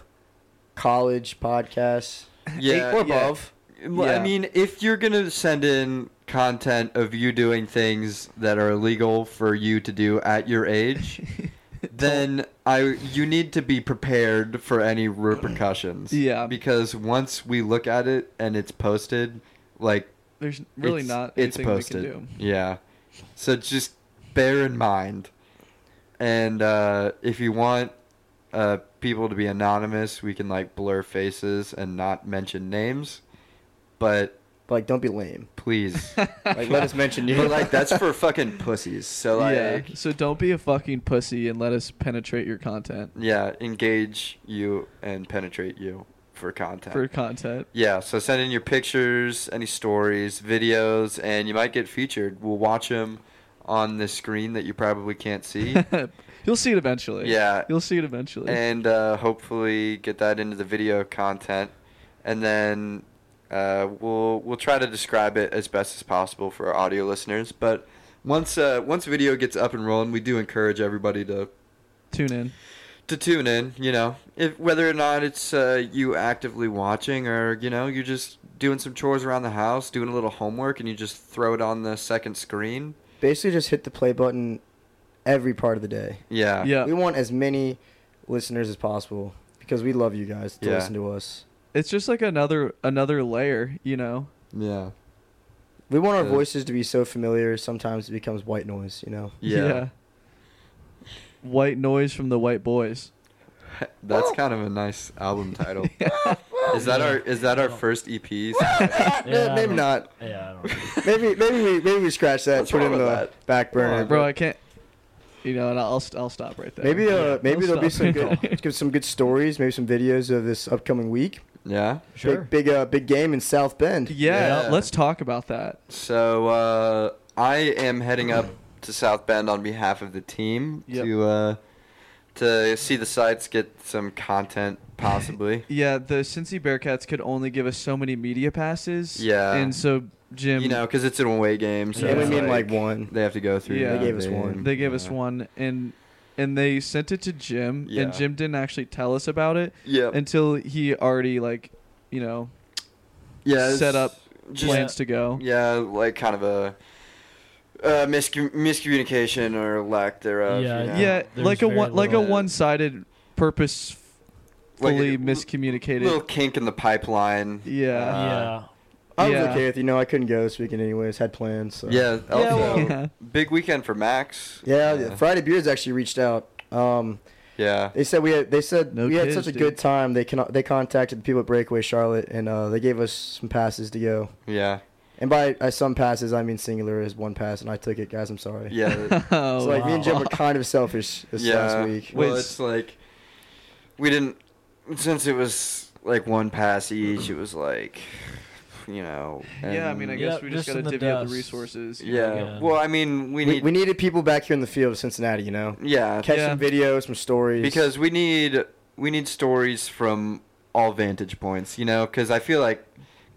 Speaker 5: college podcast.
Speaker 2: Yeah.
Speaker 5: or
Speaker 2: yeah.
Speaker 5: above.
Speaker 2: Well,
Speaker 3: Yeah.
Speaker 2: I mean, if you're gonna send in content of you doing things that are illegal for you to do at
Speaker 3: [LAUGHS]
Speaker 2: your age, [LAUGHS] then I you need to be prepared for any repercussions.
Speaker 3: Yeah.
Speaker 2: Because once we look at it and it's posted, like
Speaker 3: There's really
Speaker 2: it's,
Speaker 3: not
Speaker 2: it's
Speaker 3: anything
Speaker 2: posted.
Speaker 3: we can do.
Speaker 2: Yeah. So just bear in mind, and uh, if you want uh, people to be anonymous, we can like blur faces and not mention names, but
Speaker 5: But like, don't be lame.
Speaker 3: [LAUGHS]
Speaker 2: please.
Speaker 5: Like, let us mention you.
Speaker 2: But like that's for fucking pussies. So like
Speaker 3: yeah.
Speaker 2: yeah,
Speaker 3: So don't be a fucking pussy and let us penetrate your content
Speaker 2: engage you and penetrate you for content.
Speaker 3: for content.
Speaker 2: yeah, so send in your pictures, any stories, videos, and you might get featured. We'll watch them on the screen that you probably
Speaker 3: [LAUGHS]
Speaker 2: can't see.
Speaker 3: You'll see it eventually.
Speaker 2: yeah,
Speaker 3: You'll see it eventually.
Speaker 2: and uh, hopefully get that into the video content, and then uh, we'll we'll try to describe it as best as possible for our audio listeners. But once uh, once video gets up and rolling, we do encourage everybody to
Speaker 3: Tune in.
Speaker 2: to tune in. You know, if whether or not it's uh, you actively watching or you know you're just doing some chores around the house, doing a little homework, and you just throw it on the second screen.
Speaker 5: Basically, just hit the play button every part of the day.
Speaker 2: Yeah.
Speaker 3: Yeah.
Speaker 5: We want as many listeners as possible because we love you guys to
Speaker 2: Yeah.
Speaker 5: listen to us.
Speaker 3: It's just like another another layer, you know.
Speaker 2: Yeah. [LAUGHS]
Speaker 5: We want our
Speaker 2: Yeah.
Speaker 5: voices to be so familiar. Sometimes it becomes white noise. You know.
Speaker 3: [LAUGHS]
Speaker 2: Yeah.
Speaker 3: White noise from the white boys. [LAUGHS]
Speaker 2: That's kind of a nice album title. Is that our is that our first E EP? [LAUGHS]
Speaker 5: Eh, maybe not.
Speaker 4: [LAUGHS] Yeah. I don't know.
Speaker 5: Maybe maybe we maybe we scratch that.
Speaker 2: What's
Speaker 5: put it
Speaker 2: wrong
Speaker 5: in the
Speaker 2: with that?
Speaker 5: back burner.
Speaker 3: Bro, I can't. You know, and I'll I'll stop right there.
Speaker 5: Maybe uh,
Speaker 3: Yeah,
Speaker 5: maybe
Speaker 3: I'll
Speaker 5: there'll be some
Speaker 3: stop.
Speaker 5: good give some good stories, maybe some videos of this upcoming week.
Speaker 2: Yeah.
Speaker 4: Sure.
Speaker 5: Big big uh, big game in South Bend.
Speaker 3: [LAUGHS] yeah,
Speaker 2: Yeah.
Speaker 3: let's talk about that.
Speaker 2: So uh, I am heading up to South Bend on behalf of the team
Speaker 3: Yep.
Speaker 2: to uh, to see the sites, get some content possibly.
Speaker 3: Yeah, the Cincy Bearcats could only give us so many media passes.
Speaker 2: Yeah.
Speaker 3: and so Jim,
Speaker 2: you know, because it's an away game. So
Speaker 5: Yeah, we
Speaker 2: it's
Speaker 5: mean like one.
Speaker 2: They have to go through.
Speaker 3: Yeah. They
Speaker 2: the
Speaker 5: gave us
Speaker 2: thing.
Speaker 5: one.
Speaker 3: they gave us
Speaker 2: Yeah.
Speaker 3: one, and and they sent it to Jim,
Speaker 2: Yeah.
Speaker 3: and Jim didn't actually tell us about it
Speaker 2: Yep.
Speaker 3: until he already like, you know,
Speaker 2: yeah. it's
Speaker 3: set up
Speaker 2: just-
Speaker 3: plans to go.
Speaker 2: Yeah, like kind of a. Uh, miscom- miscommunication or lack thereof.
Speaker 4: Yeah,
Speaker 2: you know?
Speaker 3: Yeah,
Speaker 4: There's
Speaker 3: like a
Speaker 4: very
Speaker 3: one like a
Speaker 2: little-
Speaker 3: one-sided purposefully
Speaker 2: Like a l-
Speaker 3: miscommunicated.
Speaker 2: Little kink in the pipeline. Uh,
Speaker 3: yeah.
Speaker 4: yeah.
Speaker 5: I was
Speaker 3: Yeah.
Speaker 5: okay with you know I couldn't go this weekend anyways. Had plans. So.
Speaker 2: Yeah. Also,
Speaker 3: well- Yeah.
Speaker 2: Big weekend for Max.
Speaker 5: Yeah,
Speaker 2: Uh,
Speaker 5: Friday Beers actually reached out. Um,
Speaker 2: Yeah.
Speaker 5: they said we had they said
Speaker 3: No
Speaker 5: we had
Speaker 3: kids,
Speaker 5: such a
Speaker 3: dude.
Speaker 5: good time. They can they contacted the people at Breakaway Charlotte and uh, they gave us some passes to go.
Speaker 2: Yeah.
Speaker 5: And by uh, some passes I mean singular is one pass and I took it, guys. I'm sorry.
Speaker 2: Yeah.
Speaker 3: [LAUGHS] oh,
Speaker 5: So like me and Jim
Speaker 3: wow.
Speaker 5: were kind of selfish this
Speaker 2: yeah.
Speaker 5: last week.
Speaker 2: Well,
Speaker 3: Wait,
Speaker 2: it's like we didn't since it was like one pass each. It was like you know.
Speaker 3: [LAUGHS] yeah, I mean, I
Speaker 2: and-
Speaker 3: guess
Speaker 4: Yep,
Speaker 3: we just
Speaker 4: just
Speaker 3: gotta
Speaker 4: in the
Speaker 3: divvy up the
Speaker 4: dust.
Speaker 3: resources. you
Speaker 2: Yeah.
Speaker 3: know?
Speaker 4: Yeah.
Speaker 2: Well, I mean, we
Speaker 5: We,
Speaker 2: need.
Speaker 5: we needed people back here in the field of Cincinnati, you know.
Speaker 2: yeah.
Speaker 5: Catch
Speaker 3: Yeah.
Speaker 5: some videos, some stories.
Speaker 2: Because we need we need stories from all vantage points. You know, because I feel like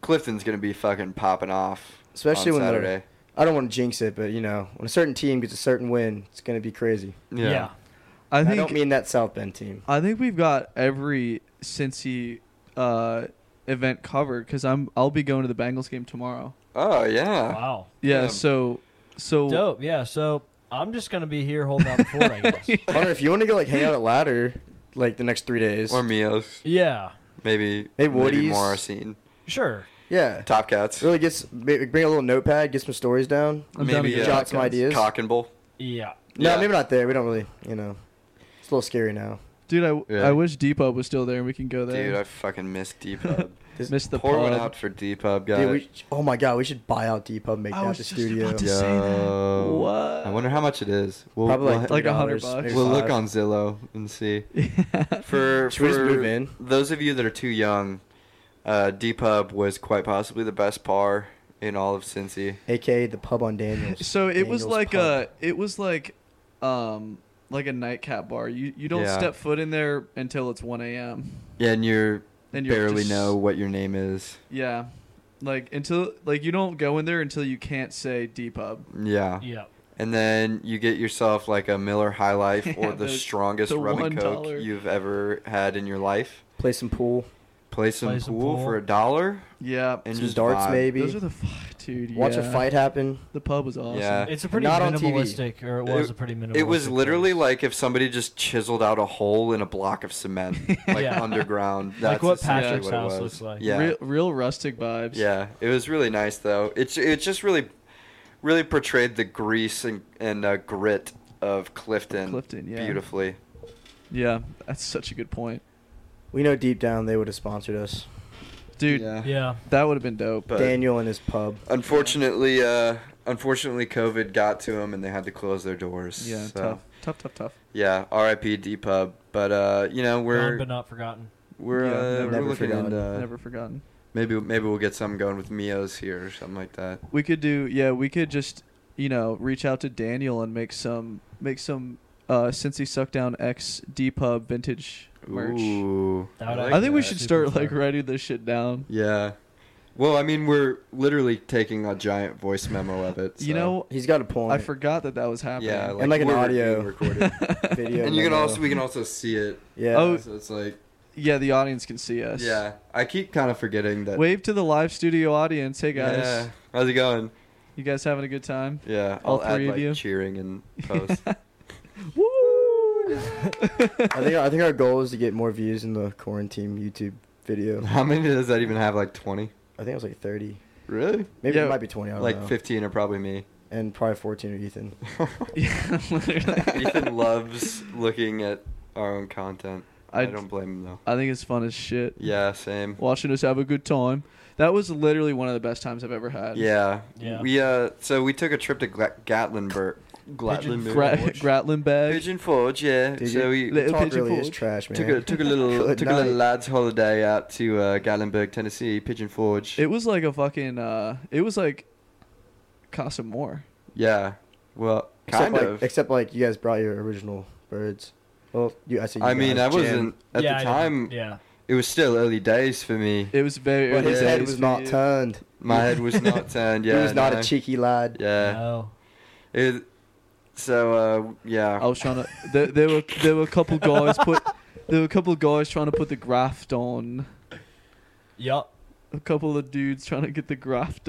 Speaker 2: Clifton's gonna be fucking popping off.
Speaker 5: Especially
Speaker 2: on
Speaker 5: when they're-
Speaker 2: Saturday.
Speaker 5: I don't want to jinx it, but you know, when a certain team gets a certain win, it's going to be crazy.
Speaker 4: Yeah.
Speaker 2: Yeah.
Speaker 3: I
Speaker 5: I,
Speaker 3: think I,
Speaker 5: don't mean that South Bend team.
Speaker 3: think we've got every Cincy uh, event covered because I'm I'll be going to the Bengals game tomorrow.
Speaker 2: Oh yeah.
Speaker 4: Wow.
Speaker 3: Yeah,
Speaker 2: Yeah.
Speaker 3: so so
Speaker 4: Dope. Yeah. So I'm just gonna be here holding out the fort, I guess.
Speaker 5: Hunter, if you want to go like hang out at Ladder like the next three days,
Speaker 2: Or Mios,
Speaker 4: Yeah.
Speaker 2: maybe.
Speaker 5: Hey,
Speaker 2: maybe
Speaker 5: Woody's.
Speaker 2: more scene.
Speaker 4: Sure.
Speaker 5: yeah,
Speaker 2: Top Cats.
Speaker 5: really gets ma- bring a little notepad, get some stories down,
Speaker 3: I'm down
Speaker 2: maybe,
Speaker 3: to go.
Speaker 2: uh,
Speaker 5: jot some ideas.
Speaker 2: Cock and bull.
Speaker 4: Yeah.
Speaker 5: no,
Speaker 2: Yeah.
Speaker 5: maybe not there. We don't really, you know, it's a little scary now.
Speaker 3: dude, I,
Speaker 2: Yeah.
Speaker 3: I wish Depot was still there and we can go there.
Speaker 2: Dude, I fucking miss
Speaker 5: [LAUGHS]
Speaker 2: Deep
Speaker 3: [LAUGHS]
Speaker 2: Hub.
Speaker 3: missed the
Speaker 2: Pour one
Speaker 3: pub. [LAUGHS]
Speaker 2: out for Deep Hub, guys.
Speaker 5: Dude, we, oh my god, we should buy out Depot, make
Speaker 3: I
Speaker 5: that
Speaker 3: was
Speaker 5: the
Speaker 3: just
Speaker 5: studio.
Speaker 3: about to
Speaker 2: Yo.
Speaker 3: say that. What?
Speaker 2: I wonder how much it is. We'll,
Speaker 5: Probably
Speaker 2: we'll,
Speaker 5: like,
Speaker 3: Like a
Speaker 5: $30,
Speaker 3: hundred bucks.
Speaker 5: maybe
Speaker 2: we'll look
Speaker 5: five.
Speaker 2: on Zillow and see. For
Speaker 5: [LAUGHS] Should we just
Speaker 2: for
Speaker 5: move in?
Speaker 2: those of you that are too young, Uh, D Pub was quite possibly the best par in all of Cincy.
Speaker 5: aka the pub on Daniels.
Speaker 3: So it was
Speaker 5: Daniels
Speaker 3: like
Speaker 5: Pub.
Speaker 3: a it was like um like a nightcap bar. You you don't
Speaker 2: Yeah.
Speaker 3: step foot in there until it's one a.m.
Speaker 2: Yeah, and you
Speaker 3: And you
Speaker 2: barely
Speaker 3: just-
Speaker 2: know what your name is.
Speaker 3: Yeah, like until like you don't go in there until you can't say D pub.
Speaker 2: Yeah.
Speaker 4: Yeah.
Speaker 2: And then you get yourself like a Miller High
Speaker 4: [LAUGHS]
Speaker 2: Life or
Speaker 3: Yeah,
Speaker 2: the,
Speaker 3: the-
Speaker 2: strongest
Speaker 3: the
Speaker 2: rum and coke
Speaker 3: $1.
Speaker 2: you've ever had in your life.
Speaker 5: play some pool,
Speaker 2: Play some,
Speaker 4: Play some
Speaker 2: pool,
Speaker 4: pool.
Speaker 2: for a dollar
Speaker 3: Yeah,
Speaker 2: and
Speaker 5: some
Speaker 2: just
Speaker 5: darts
Speaker 2: vibe.
Speaker 5: maybe,
Speaker 3: those are the fuck, dude.
Speaker 5: watch
Speaker 3: yeah.
Speaker 5: a fight happen.
Speaker 3: The pub was awesome.
Speaker 2: Yeah.
Speaker 4: It's a pretty
Speaker 5: Not on TV.
Speaker 4: minimalistic, or it was
Speaker 2: It-
Speaker 4: a pretty minimalistic.
Speaker 2: It was literally
Speaker 4: place.
Speaker 2: like if somebody just chiseled out a hole in a block of
Speaker 4: [LAUGHS]
Speaker 2: cement, like
Speaker 4: Yeah.
Speaker 2: underground. That's
Speaker 4: Like what
Speaker 2: essentially
Speaker 4: Patrick's
Speaker 2: what it
Speaker 4: house
Speaker 2: was.
Speaker 4: looks like.
Speaker 2: Yeah,
Speaker 3: Real, real rustic vibes.
Speaker 2: yeah. It was really nice though. It's it just really, really portrayed the grease and and uh, grit of Clifton,
Speaker 3: Clifton, yeah.
Speaker 2: beautifully.
Speaker 3: Yeah, that's such a good point,
Speaker 5: We know deep down they would have sponsored us.
Speaker 3: dude.
Speaker 2: uh,
Speaker 4: Yeah.
Speaker 3: That would have been dope.
Speaker 2: But
Speaker 5: Daniel and his pub.
Speaker 2: unfortunately, uh, unfortunately, COVID got to him and they had to close their doors.
Speaker 3: yeah,
Speaker 2: so,
Speaker 3: tough, tough, tough, tough.
Speaker 2: Yeah, R.I.P. D Pub. But uh, you know
Speaker 4: Gone
Speaker 2: we're
Speaker 4: but not forgotten.
Speaker 2: we're
Speaker 3: Yeah,
Speaker 2: uh,
Speaker 3: never
Speaker 2: we're looking
Speaker 5: forgotten.
Speaker 2: into
Speaker 3: Never forgotten.
Speaker 2: maybe maybe we'll get something going with Mio's here or something like that.
Speaker 3: We could do yeah, we could just, you know, reach out to Daniel and make some make some uh Cincy Suckdown X D Pub vintage merch.
Speaker 2: Ooh.
Speaker 4: That would
Speaker 3: I
Speaker 4: like
Speaker 3: think we
Speaker 4: that.
Speaker 3: should
Speaker 4: Super
Speaker 3: start like
Speaker 4: fun.
Speaker 3: writing this shit down.
Speaker 2: Yeah. Well, I mean, we're literally taking a giant voice memo of it.
Speaker 3: You
Speaker 2: so-
Speaker 3: know,
Speaker 5: He's got a point.
Speaker 3: I forgot that that was happening.
Speaker 2: Yeah,
Speaker 5: And like an
Speaker 2: we're
Speaker 5: [LAUGHS] audio.
Speaker 2: being
Speaker 3: [LAUGHS]
Speaker 2: recorded.
Speaker 5: Video
Speaker 2: and you can
Speaker 5: memo.
Speaker 2: also we can also see it.
Speaker 5: yeah.
Speaker 3: Oh.
Speaker 2: so it's like
Speaker 3: Yeah, the audience can see us.
Speaker 2: yeah. I keep kind of forgetting that.
Speaker 3: Wave to the live studio audience. Hey guys.
Speaker 2: Yeah. How's it going?
Speaker 3: You guys having a good time?
Speaker 2: Yeah.
Speaker 3: All
Speaker 2: I'll add
Speaker 3: three of
Speaker 2: like
Speaker 3: you? [LAUGHS]
Speaker 2: cheering and [LAUGHS] post.
Speaker 5: [LAUGHS]
Speaker 3: Woo!
Speaker 5: I think I think our goal is to get more views in the quarantine YouTube video.
Speaker 2: [LAUGHS] How many does that even have? Like twenty.
Speaker 5: I think it was like 30.
Speaker 2: Really?
Speaker 5: Maybe
Speaker 3: Yeah,
Speaker 5: it might be 20. I don't
Speaker 2: Like
Speaker 5: know.
Speaker 2: fifteen are probably me.
Speaker 5: And probably 14 or
Speaker 2: [LAUGHS]
Speaker 5: Ethan.
Speaker 3: [LAUGHS] yeah, literally.
Speaker 2: Ethan loves looking at our own content. I,
Speaker 3: I-
Speaker 2: don't blame him though.
Speaker 3: I think it's fun as shit.
Speaker 2: Yeah, same.
Speaker 3: Watching us have a good time. That was literally one of the best times I've ever had.
Speaker 2: Yeah.
Speaker 4: Yeah.
Speaker 2: We uh so we took a trip to Gla- Gatlinburg. Gatlinburg.
Speaker 3: Gra- Gratlin bag.
Speaker 2: Pigeon Forge, yeah.
Speaker 5: Did
Speaker 2: so we
Speaker 3: Little
Speaker 5: Talk
Speaker 3: pigeon
Speaker 5: really is
Speaker 3: forge.
Speaker 5: trash, man.
Speaker 2: took a took a
Speaker 5: [LAUGHS]
Speaker 2: little
Speaker 5: Good
Speaker 2: took a little
Speaker 5: night.
Speaker 2: lads holiday out to uh, Gatlinburg, Tennessee, Pigeon Forge.
Speaker 3: It was like a fucking. uh It was like Casa More.
Speaker 2: yeah. Well,
Speaker 5: except
Speaker 2: kind
Speaker 5: like,
Speaker 2: of.
Speaker 5: Except like you guys brought your original birds. Well, you. I see. You
Speaker 2: I mean, I
Speaker 5: guys. Jim.
Speaker 2: wasn't at
Speaker 4: yeah, I
Speaker 2: the
Speaker 4: didn't-
Speaker 2: time.
Speaker 4: Yeah.
Speaker 2: It was still early days for me.
Speaker 3: It was very.
Speaker 5: But
Speaker 3: early
Speaker 5: his head
Speaker 3: days
Speaker 5: was
Speaker 3: for
Speaker 5: not
Speaker 3: you.
Speaker 5: turned.
Speaker 2: My head was not turned. Yeah,
Speaker 5: he was not
Speaker 2: no.
Speaker 5: a cheeky lad.
Speaker 2: Yeah.
Speaker 4: No.
Speaker 2: It, so uh, yeah.
Speaker 3: I was trying to. There, there were there were a couple guys put. There were a couple guys trying to put the graft on.
Speaker 4: Yup.
Speaker 3: A couple of dudes trying to get the graft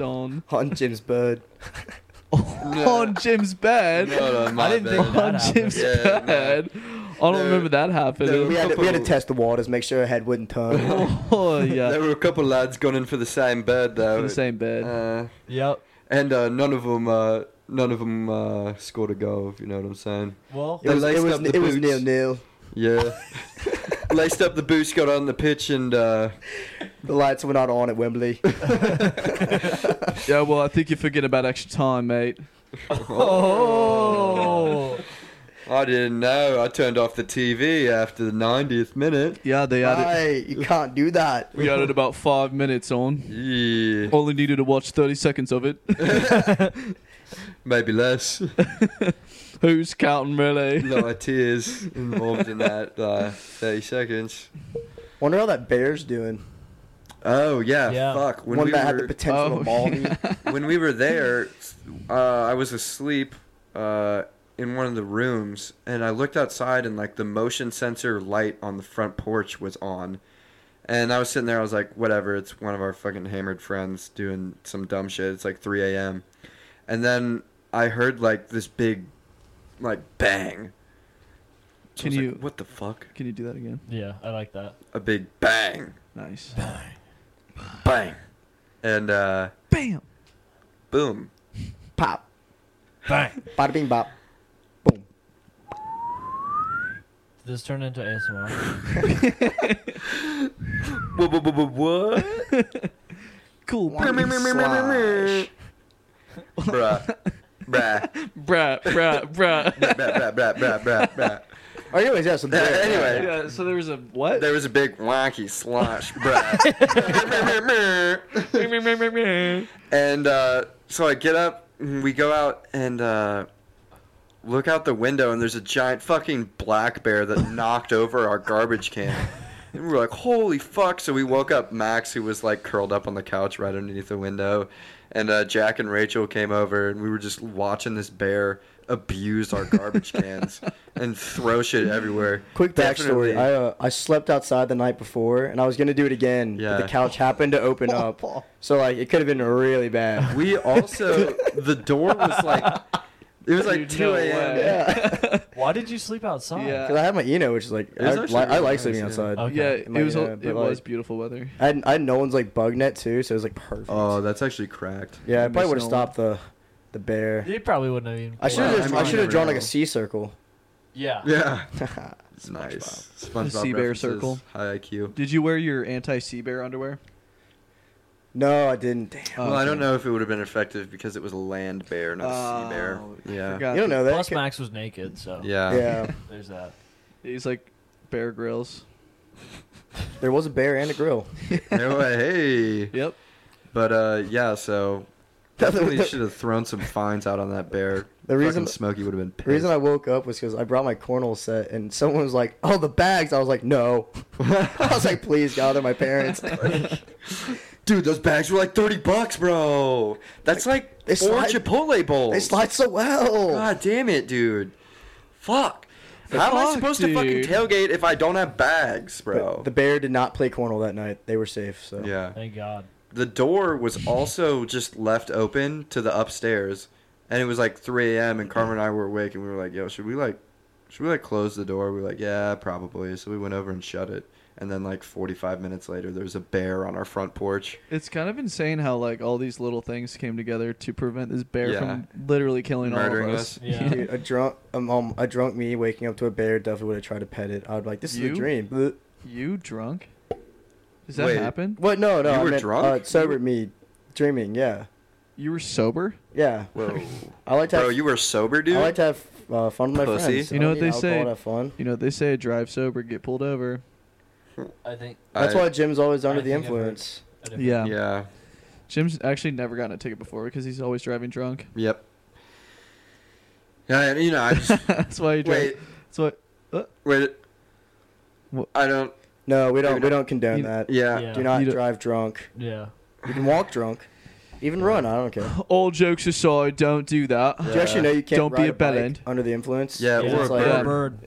Speaker 5: [LAUGHS]
Speaker 3: on
Speaker 5: On Jim's
Speaker 2: [LAUGHS]
Speaker 5: bird.
Speaker 3: on Jim's bed.
Speaker 2: No, no, my
Speaker 4: I didn't
Speaker 2: bad.
Speaker 4: think
Speaker 3: on [LAUGHS]
Speaker 4: That
Speaker 3: Jim's
Speaker 2: happened. Yeah, no.
Speaker 3: bed. Oh, I don't
Speaker 2: No.
Speaker 3: remember that happening.
Speaker 2: No.
Speaker 5: we, had to, we had to
Speaker 2: couple-
Speaker 5: test the waters, make sure her head wouldn't
Speaker 2: [LAUGHS]
Speaker 5: turn.
Speaker 3: Oh
Speaker 2: There
Speaker 3: yeah,
Speaker 2: were a couple lads going in for the same bed though.
Speaker 3: in the same bed.
Speaker 2: Uh,
Speaker 4: Yup.
Speaker 2: and uh, none of them, uh, none of 'em, uh, scored a goal. If you know what I'm saying?
Speaker 5: [LAUGHS]
Speaker 4: Well,
Speaker 5: it was
Speaker 2: They
Speaker 5: it
Speaker 2: laced
Speaker 5: was,
Speaker 2: up the
Speaker 5: it was
Speaker 2: boots.
Speaker 5: nil nil.
Speaker 2: Yeah. [LAUGHS] Laced up the boots, got on the pitch, and uh, [LAUGHS]
Speaker 5: The lights were not on at Wembley.
Speaker 3: yeah, well, I think you forget about extra time, mate.
Speaker 4: Oh.
Speaker 2: I didn't know. I turned off the TV after the 90th minute.
Speaker 3: Yeah, they added.
Speaker 5: Why? You can't do that.
Speaker 3: We added about five minutes on.
Speaker 2: Yeah,
Speaker 3: Only needed to watch 30 seconds of
Speaker 2: [LAUGHS]
Speaker 3: it.
Speaker 2: maybe less. [LAUGHS]
Speaker 3: Who's counting,
Speaker 2: A
Speaker 3: really?
Speaker 2: lot of tears involved in that uh, 30 seconds.
Speaker 5: Wonder how that bear's doing.
Speaker 2: Oh yeah,
Speaker 4: Yeah.
Speaker 2: fuck. When
Speaker 5: One
Speaker 2: we
Speaker 5: that had
Speaker 2: were,
Speaker 5: the potential
Speaker 3: Oh,
Speaker 5: to maul
Speaker 2: [LAUGHS]
Speaker 5: me.
Speaker 2: when we were there, uh, I was asleep uh, in one of the rooms, and I looked outside, and like the motion sensor light on the front porch was on, and I was sitting there. I was like, whatever. It's one of our fucking hammered friends doing some dumb shit. It's like 3 a.m., and then I heard like this big, like bang. I
Speaker 3: Can
Speaker 2: was like,
Speaker 3: you-
Speaker 2: what the
Speaker 3: [LAUGHS]
Speaker 2: fuck?
Speaker 3: Can you do that again?
Speaker 4: yeah, I like that.
Speaker 2: A big bang,
Speaker 3: Nice.
Speaker 2: bang,
Speaker 3: Ah.
Speaker 2: and uh,
Speaker 3: Bam!
Speaker 2: boom.
Speaker 5: Pop.
Speaker 4: Bang.
Speaker 5: Bada bing bop.
Speaker 4: This turned into ASMR.
Speaker 2: Wha- wha- wha- wha- What?
Speaker 3: [LAUGHS] Cool.
Speaker 5: Whammy slash.
Speaker 2: Bruh. Bruh.
Speaker 3: Bruh, bruh, bruh.
Speaker 2: [LAUGHS] Bruh, bruh, bruh, bruh, bruh, bruh.
Speaker 5: Oh, anyways, yeah. So Derek,
Speaker 2: Anyway.
Speaker 3: Yeah, so there was a what?
Speaker 2: There was a big wonky slosh brat. [LAUGHS] and uh, so I get up, and we go out and uh, look out the window, and there's a giant fucking black bear that knocked over our garbage can. And we were like, holy fuck. So we woke up Max, who was like curled up on the couch right underneath the window. And uh, Jack and Rachel came over, and we were just watching this bear abuse our garbage cans and throw shit everywhere.
Speaker 5: Quick
Speaker 2: Definitely.
Speaker 5: backstory: I uh, I slept outside the night before, and I was gonna do it again.
Speaker 2: Yeah.
Speaker 5: But the couch happened to open
Speaker 2: [LAUGHS]
Speaker 5: up, so like it could have been really bad.
Speaker 2: We also the door was like
Speaker 3: [LAUGHS]
Speaker 2: it was like
Speaker 3: Dude,
Speaker 2: two
Speaker 3: no
Speaker 2: a.m.
Speaker 3: way.
Speaker 5: Yeah.
Speaker 4: [LAUGHS]
Speaker 3: [LAUGHS]
Speaker 4: Why did you sleep outside?
Speaker 2: uh,
Speaker 3: Yeah.
Speaker 5: Because I have my Eno, which is like
Speaker 2: It
Speaker 5: I,
Speaker 2: was
Speaker 5: li-
Speaker 2: actually
Speaker 5: I
Speaker 2: really
Speaker 5: like
Speaker 2: nice,
Speaker 5: sleeping
Speaker 2: yeah.
Speaker 5: outside.
Speaker 4: Okay.
Speaker 3: Yeah,
Speaker 5: It
Speaker 3: it,
Speaker 5: might-
Speaker 3: was
Speaker 5: yeah,
Speaker 3: it
Speaker 5: but,
Speaker 3: was
Speaker 5: like-
Speaker 3: beautiful weather.
Speaker 5: I had, I had Nolan's like bug net too, so it was like perfect.
Speaker 2: Oh, that's actually cracked.
Speaker 5: yeah, I
Speaker 3: I
Speaker 5: probably
Speaker 3: miss
Speaker 5: would have
Speaker 3: Nolan.
Speaker 5: stopped the the bear.
Speaker 4: You probably wouldn't have even.
Speaker 5: I should have
Speaker 2: Wow.
Speaker 5: just
Speaker 2: I
Speaker 5: I
Speaker 2: mean,
Speaker 5: should have
Speaker 2: you
Speaker 5: drawn
Speaker 2: never
Speaker 5: like a
Speaker 2: know. Oh.
Speaker 5: C circle. [LAUGHS]
Speaker 4: Yeah.
Speaker 2: [LAUGHS] Yeah,
Speaker 5: I
Speaker 2: it's nice.
Speaker 3: The
Speaker 2: SpongeBob
Speaker 3: sea bear
Speaker 2: references,
Speaker 3: circle.
Speaker 2: High IQ.
Speaker 3: Did you wear your anti sea bear underwear?
Speaker 5: No, I didn't. Damn.
Speaker 3: Oh,
Speaker 2: well, I don't
Speaker 3: okay.
Speaker 2: know if it would have been effective because it was a land bear, not a sea bear.
Speaker 3: Oh, I
Speaker 2: Yeah.
Speaker 3: forgot
Speaker 5: you don't
Speaker 3: that-
Speaker 5: know that.
Speaker 4: Plus,
Speaker 5: could-
Speaker 4: Max was naked, so
Speaker 2: Yeah.
Speaker 5: yeah,
Speaker 4: there's that.
Speaker 3: He's like Bear grills.
Speaker 5: there was a bear and a
Speaker 2: [LAUGHS]
Speaker 5: grill.
Speaker 2: No way. Hey.
Speaker 3: Yep.
Speaker 2: But uh, yeah. So definitely should have thrown some fines out on that bear.
Speaker 5: The reason-
Speaker 2: Fucking Smokey would have been pissed.
Speaker 5: The reason I woke up was because I brought my cornhole set, and someone was like, "Oh, the bags." I was like, "No." [LAUGHS] I was like, "Please, God, they're my
Speaker 2: [LAUGHS]
Speaker 5: parents."
Speaker 2: Dude, those bags were like thirty bucks, bro. That's like
Speaker 5: They
Speaker 2: four
Speaker 5: slide-
Speaker 2: Chipotle bowls.
Speaker 5: they slide so well.
Speaker 2: God damn it, dude. Fuck. How am I
Speaker 3: Fuck,
Speaker 2: supposed to
Speaker 3: dude.
Speaker 2: fucking tailgate if I don't have bags, bro?
Speaker 5: But the bear did not play cornhole that night. They were safe. So
Speaker 2: yeah.
Speaker 4: Thank God.
Speaker 2: The door was also just left open to the upstairs, and it was like 3 a.m. and Carmen and I were awake, and we were like, "Yo, should we like, should we like close the door?" We were like, "Yeah, probably." So we went over and shut it, and then like 45 minutes later, there was a bear on our front porch.
Speaker 3: It's kind of insane how like all these little things came together to prevent this bear
Speaker 2: Yeah.
Speaker 3: from literally killing
Speaker 2: Murdering
Speaker 3: all of us. [LAUGHS]
Speaker 2: us.
Speaker 4: Yeah.
Speaker 5: Dude, a drunk, um, um, a drunk me waking up to a bear definitely would have tried to pet it. I would be like, "This is
Speaker 3: You?
Speaker 5: a dream." Bleh.
Speaker 3: You drunk? Does that
Speaker 2: Wait.
Speaker 3: happen?
Speaker 5: What? No, no.
Speaker 2: You
Speaker 5: I
Speaker 2: were
Speaker 5: meant,
Speaker 2: drunk?
Speaker 5: Uh, sober me, dreaming. Yeah,
Speaker 3: You were sober?
Speaker 5: yeah.
Speaker 2: Whoa,
Speaker 5: I like to. Have,
Speaker 2: bro, you were sober, dude.
Speaker 5: I like to have uh, fun with my
Speaker 2: Pussy.
Speaker 5: friends.
Speaker 3: You
Speaker 5: I
Speaker 3: know
Speaker 5: don't
Speaker 3: what
Speaker 5: need
Speaker 3: they
Speaker 5: alcohol
Speaker 3: say.
Speaker 5: To have fun.
Speaker 3: You know they say drive sober, get pulled over.
Speaker 4: I think.
Speaker 5: That's
Speaker 2: I-
Speaker 5: why Jim's always under
Speaker 4: I
Speaker 5: the
Speaker 4: think I've heard-
Speaker 5: influence.
Speaker 4: I don't-
Speaker 3: Yeah.
Speaker 2: Yeah.
Speaker 3: Jim's actually never gotten a ticket before because he's always driving drunk.
Speaker 2: Yep. Yeah, and, you know,
Speaker 3: [LAUGHS]
Speaker 2: I just
Speaker 3: That's why he drives.
Speaker 2: wait,
Speaker 3: That's why
Speaker 2: wait.
Speaker 3: What?
Speaker 2: I don't.
Speaker 5: No, we don't.
Speaker 2: Dude,
Speaker 5: We don't condone
Speaker 3: you-
Speaker 5: that.
Speaker 2: Yeah.
Speaker 4: Yeah.
Speaker 5: Do not
Speaker 3: You don't-
Speaker 5: drive drunk.
Speaker 4: Yeah.
Speaker 5: You can walk drunk, even run. I don't care.
Speaker 3: all jokes aside, don't do that.
Speaker 5: Do you actually know you can't
Speaker 3: Oh. Don't be
Speaker 5: ride
Speaker 3: a
Speaker 5: bike
Speaker 3: bellend.
Speaker 5: under the influence?
Speaker 2: Yeah,
Speaker 5: It's
Speaker 2: or
Speaker 5: just
Speaker 2: a
Speaker 5: like-
Speaker 4: Or a
Speaker 3: Yeah.
Speaker 4: bird.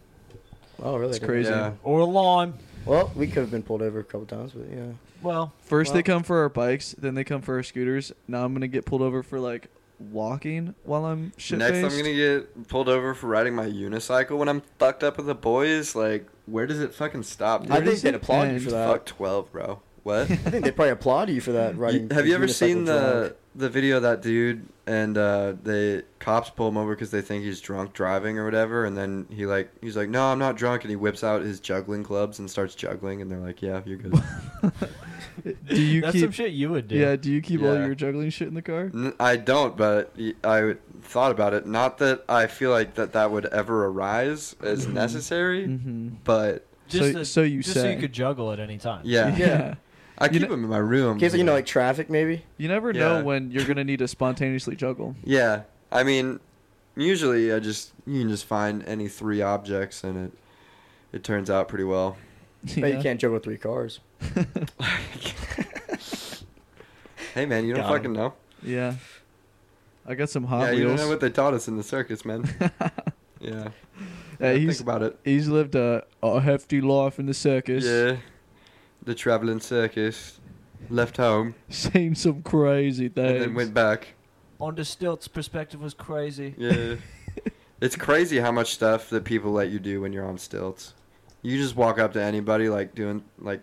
Speaker 5: Oh, really?
Speaker 3: It's crazy.
Speaker 2: Yeah.
Speaker 4: Or a lime.
Speaker 5: Well, we could have been pulled over a couple times, but yeah.
Speaker 4: Well,
Speaker 3: First
Speaker 5: Well-
Speaker 3: they come for our bikes, then they come for our scooters. Now I'm gonna get pulled over for like walking while I'm shit
Speaker 2: Next, I'm
Speaker 3: [LAUGHS]
Speaker 2: gonna get pulled over for riding my unicycle when I'm fucked up with the boys. Like, where does it fucking stop? Dude?
Speaker 5: I
Speaker 3: does
Speaker 5: think they'd
Speaker 3: it
Speaker 5: applaud you
Speaker 3: end?
Speaker 5: for that.
Speaker 2: Fuck twelve, bro. [LAUGHS] What?
Speaker 5: I think they probably applaud you for that riding.
Speaker 2: You- have you ever
Speaker 5: unicycle
Speaker 2: seen
Speaker 5: drunk.
Speaker 2: the the video of that dude and uh, the cops pull him over because they think he's drunk driving or whatever, and then he like he's like, no, I'm not drunk, and he whips out his juggling clubs and starts juggling, and they're like, yeah, you're good.
Speaker 3: Do you
Speaker 4: [LAUGHS] that's some
Speaker 3: keep?
Speaker 4: shit you would do.
Speaker 3: Yeah. Do you keep all
Speaker 2: Yeah.
Speaker 3: your juggling shit in the car?
Speaker 2: N- I don't, but y- I w- thought about it. Not that I feel like that that would ever arise as necessary,
Speaker 3: Mm-hmm.
Speaker 2: but
Speaker 4: Just
Speaker 3: So-
Speaker 4: to-
Speaker 3: so you
Speaker 4: just so
Speaker 3: say.
Speaker 4: you could juggle at any time.
Speaker 2: yeah,
Speaker 3: [LAUGHS] yeah.
Speaker 2: I
Speaker 3: You
Speaker 2: keep
Speaker 3: kn-
Speaker 2: them in my room.
Speaker 5: In case, you know, like traffic, maybe.
Speaker 3: You never know
Speaker 2: Yeah.
Speaker 3: when you're gonna need to spontaneously juggle.
Speaker 2: yeah, I mean, usually I just you can just find any three objects and it it turns out pretty well. [LAUGHS]
Speaker 3: [LAUGHS]
Speaker 5: But you
Speaker 3: Yeah.
Speaker 5: can't juggle three cars. [LAUGHS]
Speaker 2: Hey man, you don't
Speaker 5: Got 'em.
Speaker 2: fucking know.
Speaker 3: [LAUGHS] Yeah. I got some Hot
Speaker 2: yeah, you don't
Speaker 3: Wheels.
Speaker 2: know
Speaker 3: [LAUGHS]
Speaker 2: what they taught us in the circus, man. yeah,
Speaker 3: Yeah,
Speaker 2: Yeah, think
Speaker 3: he's
Speaker 2: about it.
Speaker 3: he's lived a, a hefty life in the circus.
Speaker 2: Yeah, the traveling circus left home
Speaker 3: [LAUGHS] Seen some crazy things.
Speaker 2: and then went back.
Speaker 4: On the stilts perspective was crazy.
Speaker 3: [LAUGHS]
Speaker 2: Yeah. it's crazy how much stuff that people let you do when you're on stilts. You just walk up to anybody like doing like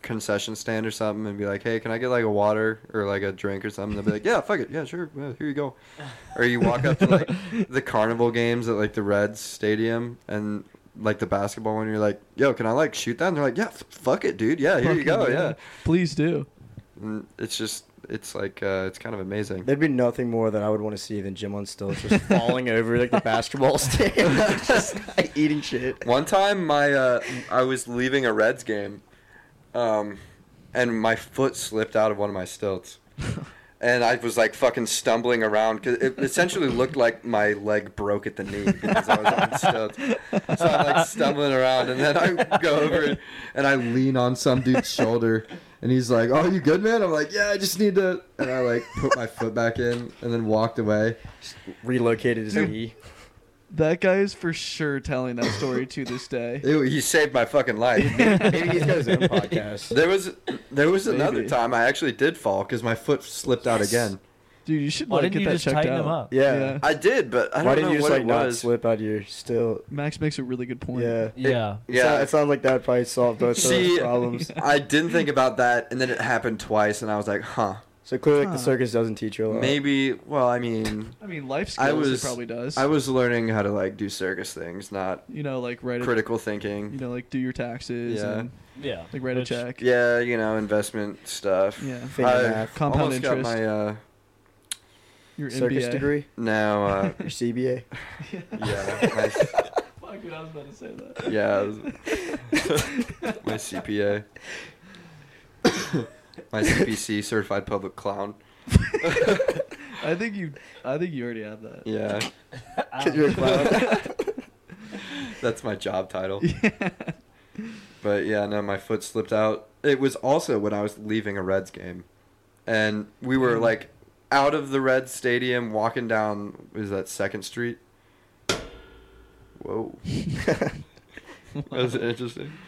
Speaker 2: concession stand or something and be like, "Hey, can I get like a water or like a drink or something?" They'll be like, "Yeah, fuck it. Yeah, sure. Yeah, here you go." Or you walk up to like the carnival games at like the Reds stadium and like the basketball one, you're like, "Yo, can I like shoot that?" And they're like, "Yeah, f- fuck it, dude. Yeah, [LAUGHS] here
Speaker 3: Fucking
Speaker 2: you [LAUGHS] go. Yeah."
Speaker 3: Please do.
Speaker 2: And It's just it's like uh, it's kind of amazing.
Speaker 5: There'd be nothing more that I would want to see than Jim on stilts
Speaker 2: [LAUGHS]
Speaker 5: just falling over like the basketball [LAUGHS] stand, just like, eating shit.
Speaker 2: One time, my uh, I was leaving a Reds game, um, and my foot slipped out of one of my stilts, and I was like fucking stumbling around because it essentially looked like my leg broke at the knee because I was on stilts. So I'm like stumbling around, and then I go over and, and I lean on some dude's shoulder, and he's like, "Oh, you good, man?" I'm like, "Yeah, I just need to," and I like put my foot back in, and then walked away.
Speaker 5: Relocated his
Speaker 3: Dude.
Speaker 2: [LAUGHS]
Speaker 5: knee.
Speaker 3: That guy is for sure telling that story to this
Speaker 2: [LAUGHS]
Speaker 3: day.
Speaker 2: It, he saved my fucking life.
Speaker 5: Maybe he's got his own podcast.
Speaker 2: There was there was another
Speaker 3: Maybe.
Speaker 2: time I actually did fall because my foot slipped out again.
Speaker 3: Dude, you should
Speaker 4: Why
Speaker 3: like
Speaker 4: didn't
Speaker 3: get
Speaker 4: you
Speaker 3: that
Speaker 4: just
Speaker 3: checked
Speaker 4: tighten
Speaker 3: out.
Speaker 4: him up?
Speaker 5: Yeah.
Speaker 3: Yeah.
Speaker 2: I did, but I don't
Speaker 5: Why
Speaker 2: know
Speaker 5: didn't you just
Speaker 2: what
Speaker 5: like
Speaker 2: it
Speaker 5: not
Speaker 2: was.
Speaker 5: slip out of your still?
Speaker 3: Max makes a really good point.
Speaker 5: Yeah.
Speaker 4: Yeah.
Speaker 5: Yeah. It, sound-
Speaker 2: Yeah,
Speaker 5: it sounds like that would probably solve
Speaker 2: [LAUGHS]
Speaker 5: both
Speaker 2: See-
Speaker 5: those problems.
Speaker 2: [LAUGHS] I didn't think about that, and then it happened twice, and I was like, huh,
Speaker 5: So clearly, like,
Speaker 3: Huh.
Speaker 5: the circus doesn't teach you a lot.
Speaker 2: maybe. Well, I mean,
Speaker 3: I mean, life
Speaker 2: I
Speaker 3: skills
Speaker 2: was-
Speaker 3: it probably does.
Speaker 2: I was learning how to like do circus things, not
Speaker 3: you know, like write a,
Speaker 2: critical
Speaker 3: you
Speaker 2: thinking.
Speaker 3: know, like do your taxes
Speaker 2: Yeah.
Speaker 3: and
Speaker 4: Yeah.
Speaker 3: like write a
Speaker 4: Which- [LAUGHS]
Speaker 3: check.
Speaker 2: Yeah, you know, investment stuff.
Speaker 3: Yeah.
Speaker 5: Thing
Speaker 2: I
Speaker 5: of math.
Speaker 3: Compound
Speaker 2: almost
Speaker 3: interest.
Speaker 2: got my uh,
Speaker 3: Your
Speaker 5: circus
Speaker 3: MBA. [LAUGHS]
Speaker 5: degree,
Speaker 2: now.
Speaker 5: [LAUGHS]
Speaker 2: Uh,
Speaker 5: your CBA.
Speaker 2: yeah,
Speaker 3: [LAUGHS]
Speaker 2: my,
Speaker 3: Fuck, dude, I was about to say that.
Speaker 2: yeah, [LAUGHS]
Speaker 3: [LAUGHS]
Speaker 2: my CPA, my CPC, certified public clown.
Speaker 3: [LAUGHS] I think you, I think you already have that.
Speaker 5: [LAUGHS]
Speaker 2: Yeah,
Speaker 5: 'Cause you're a clown. [LAUGHS]
Speaker 2: that's my job title.
Speaker 3: Yeah.
Speaker 2: But yeah, no, my foot slipped out. It was also when I was leaving a Reds game, and we were like out of the Reds stadium, walking down is that Second Street. Whoa, that was interesting.
Speaker 3: [LAUGHS]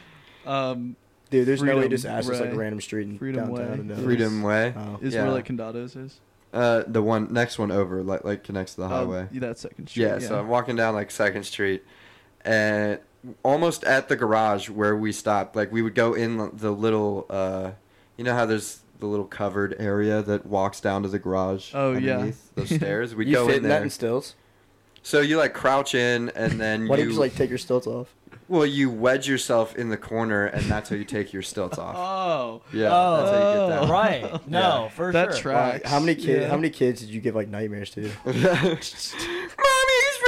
Speaker 3: Um,
Speaker 5: Dude, there's no way you
Speaker 3: Freedom
Speaker 5: just ask us like
Speaker 3: Way.
Speaker 5: random street in
Speaker 3: Freedom Way.
Speaker 5: downtown. and know.
Speaker 2: Freedom Way,
Speaker 5: Oh.
Speaker 3: is
Speaker 2: Yeah.
Speaker 3: where like Condados is.
Speaker 2: uh, the one next one over, like like connects to the highway.
Speaker 3: Um, yeah, that second street.
Speaker 2: yeah, so I'm walking down like Second Street, and almost at the garage where we stopped, like we would go in the little, uh, you know how there's the little covered area that walks down to the garage.
Speaker 3: Oh, yeah.
Speaker 2: [LAUGHS] underneath the stairs. We'd
Speaker 5: you
Speaker 2: go
Speaker 5: fit
Speaker 2: in
Speaker 5: that
Speaker 2: there.
Speaker 5: in stilts?
Speaker 2: so you like crouch in, and then
Speaker 5: Why
Speaker 2: you,
Speaker 5: don't you just like take your stilts off?
Speaker 2: well, you wedge yourself in the corner, and that's how you take your stilts off.
Speaker 3: Oh,
Speaker 2: Yeah,
Speaker 4: oh,
Speaker 2: that's how you get [LAUGHS] down.
Speaker 4: [LAUGHS] right. No, for
Speaker 3: that
Speaker 4: sure.
Speaker 5: Wow,
Speaker 3: tracks.
Speaker 5: how many kids?
Speaker 3: Yeah.
Speaker 5: How many kids did you give like nightmares to?
Speaker 2: Mommy, he's ripping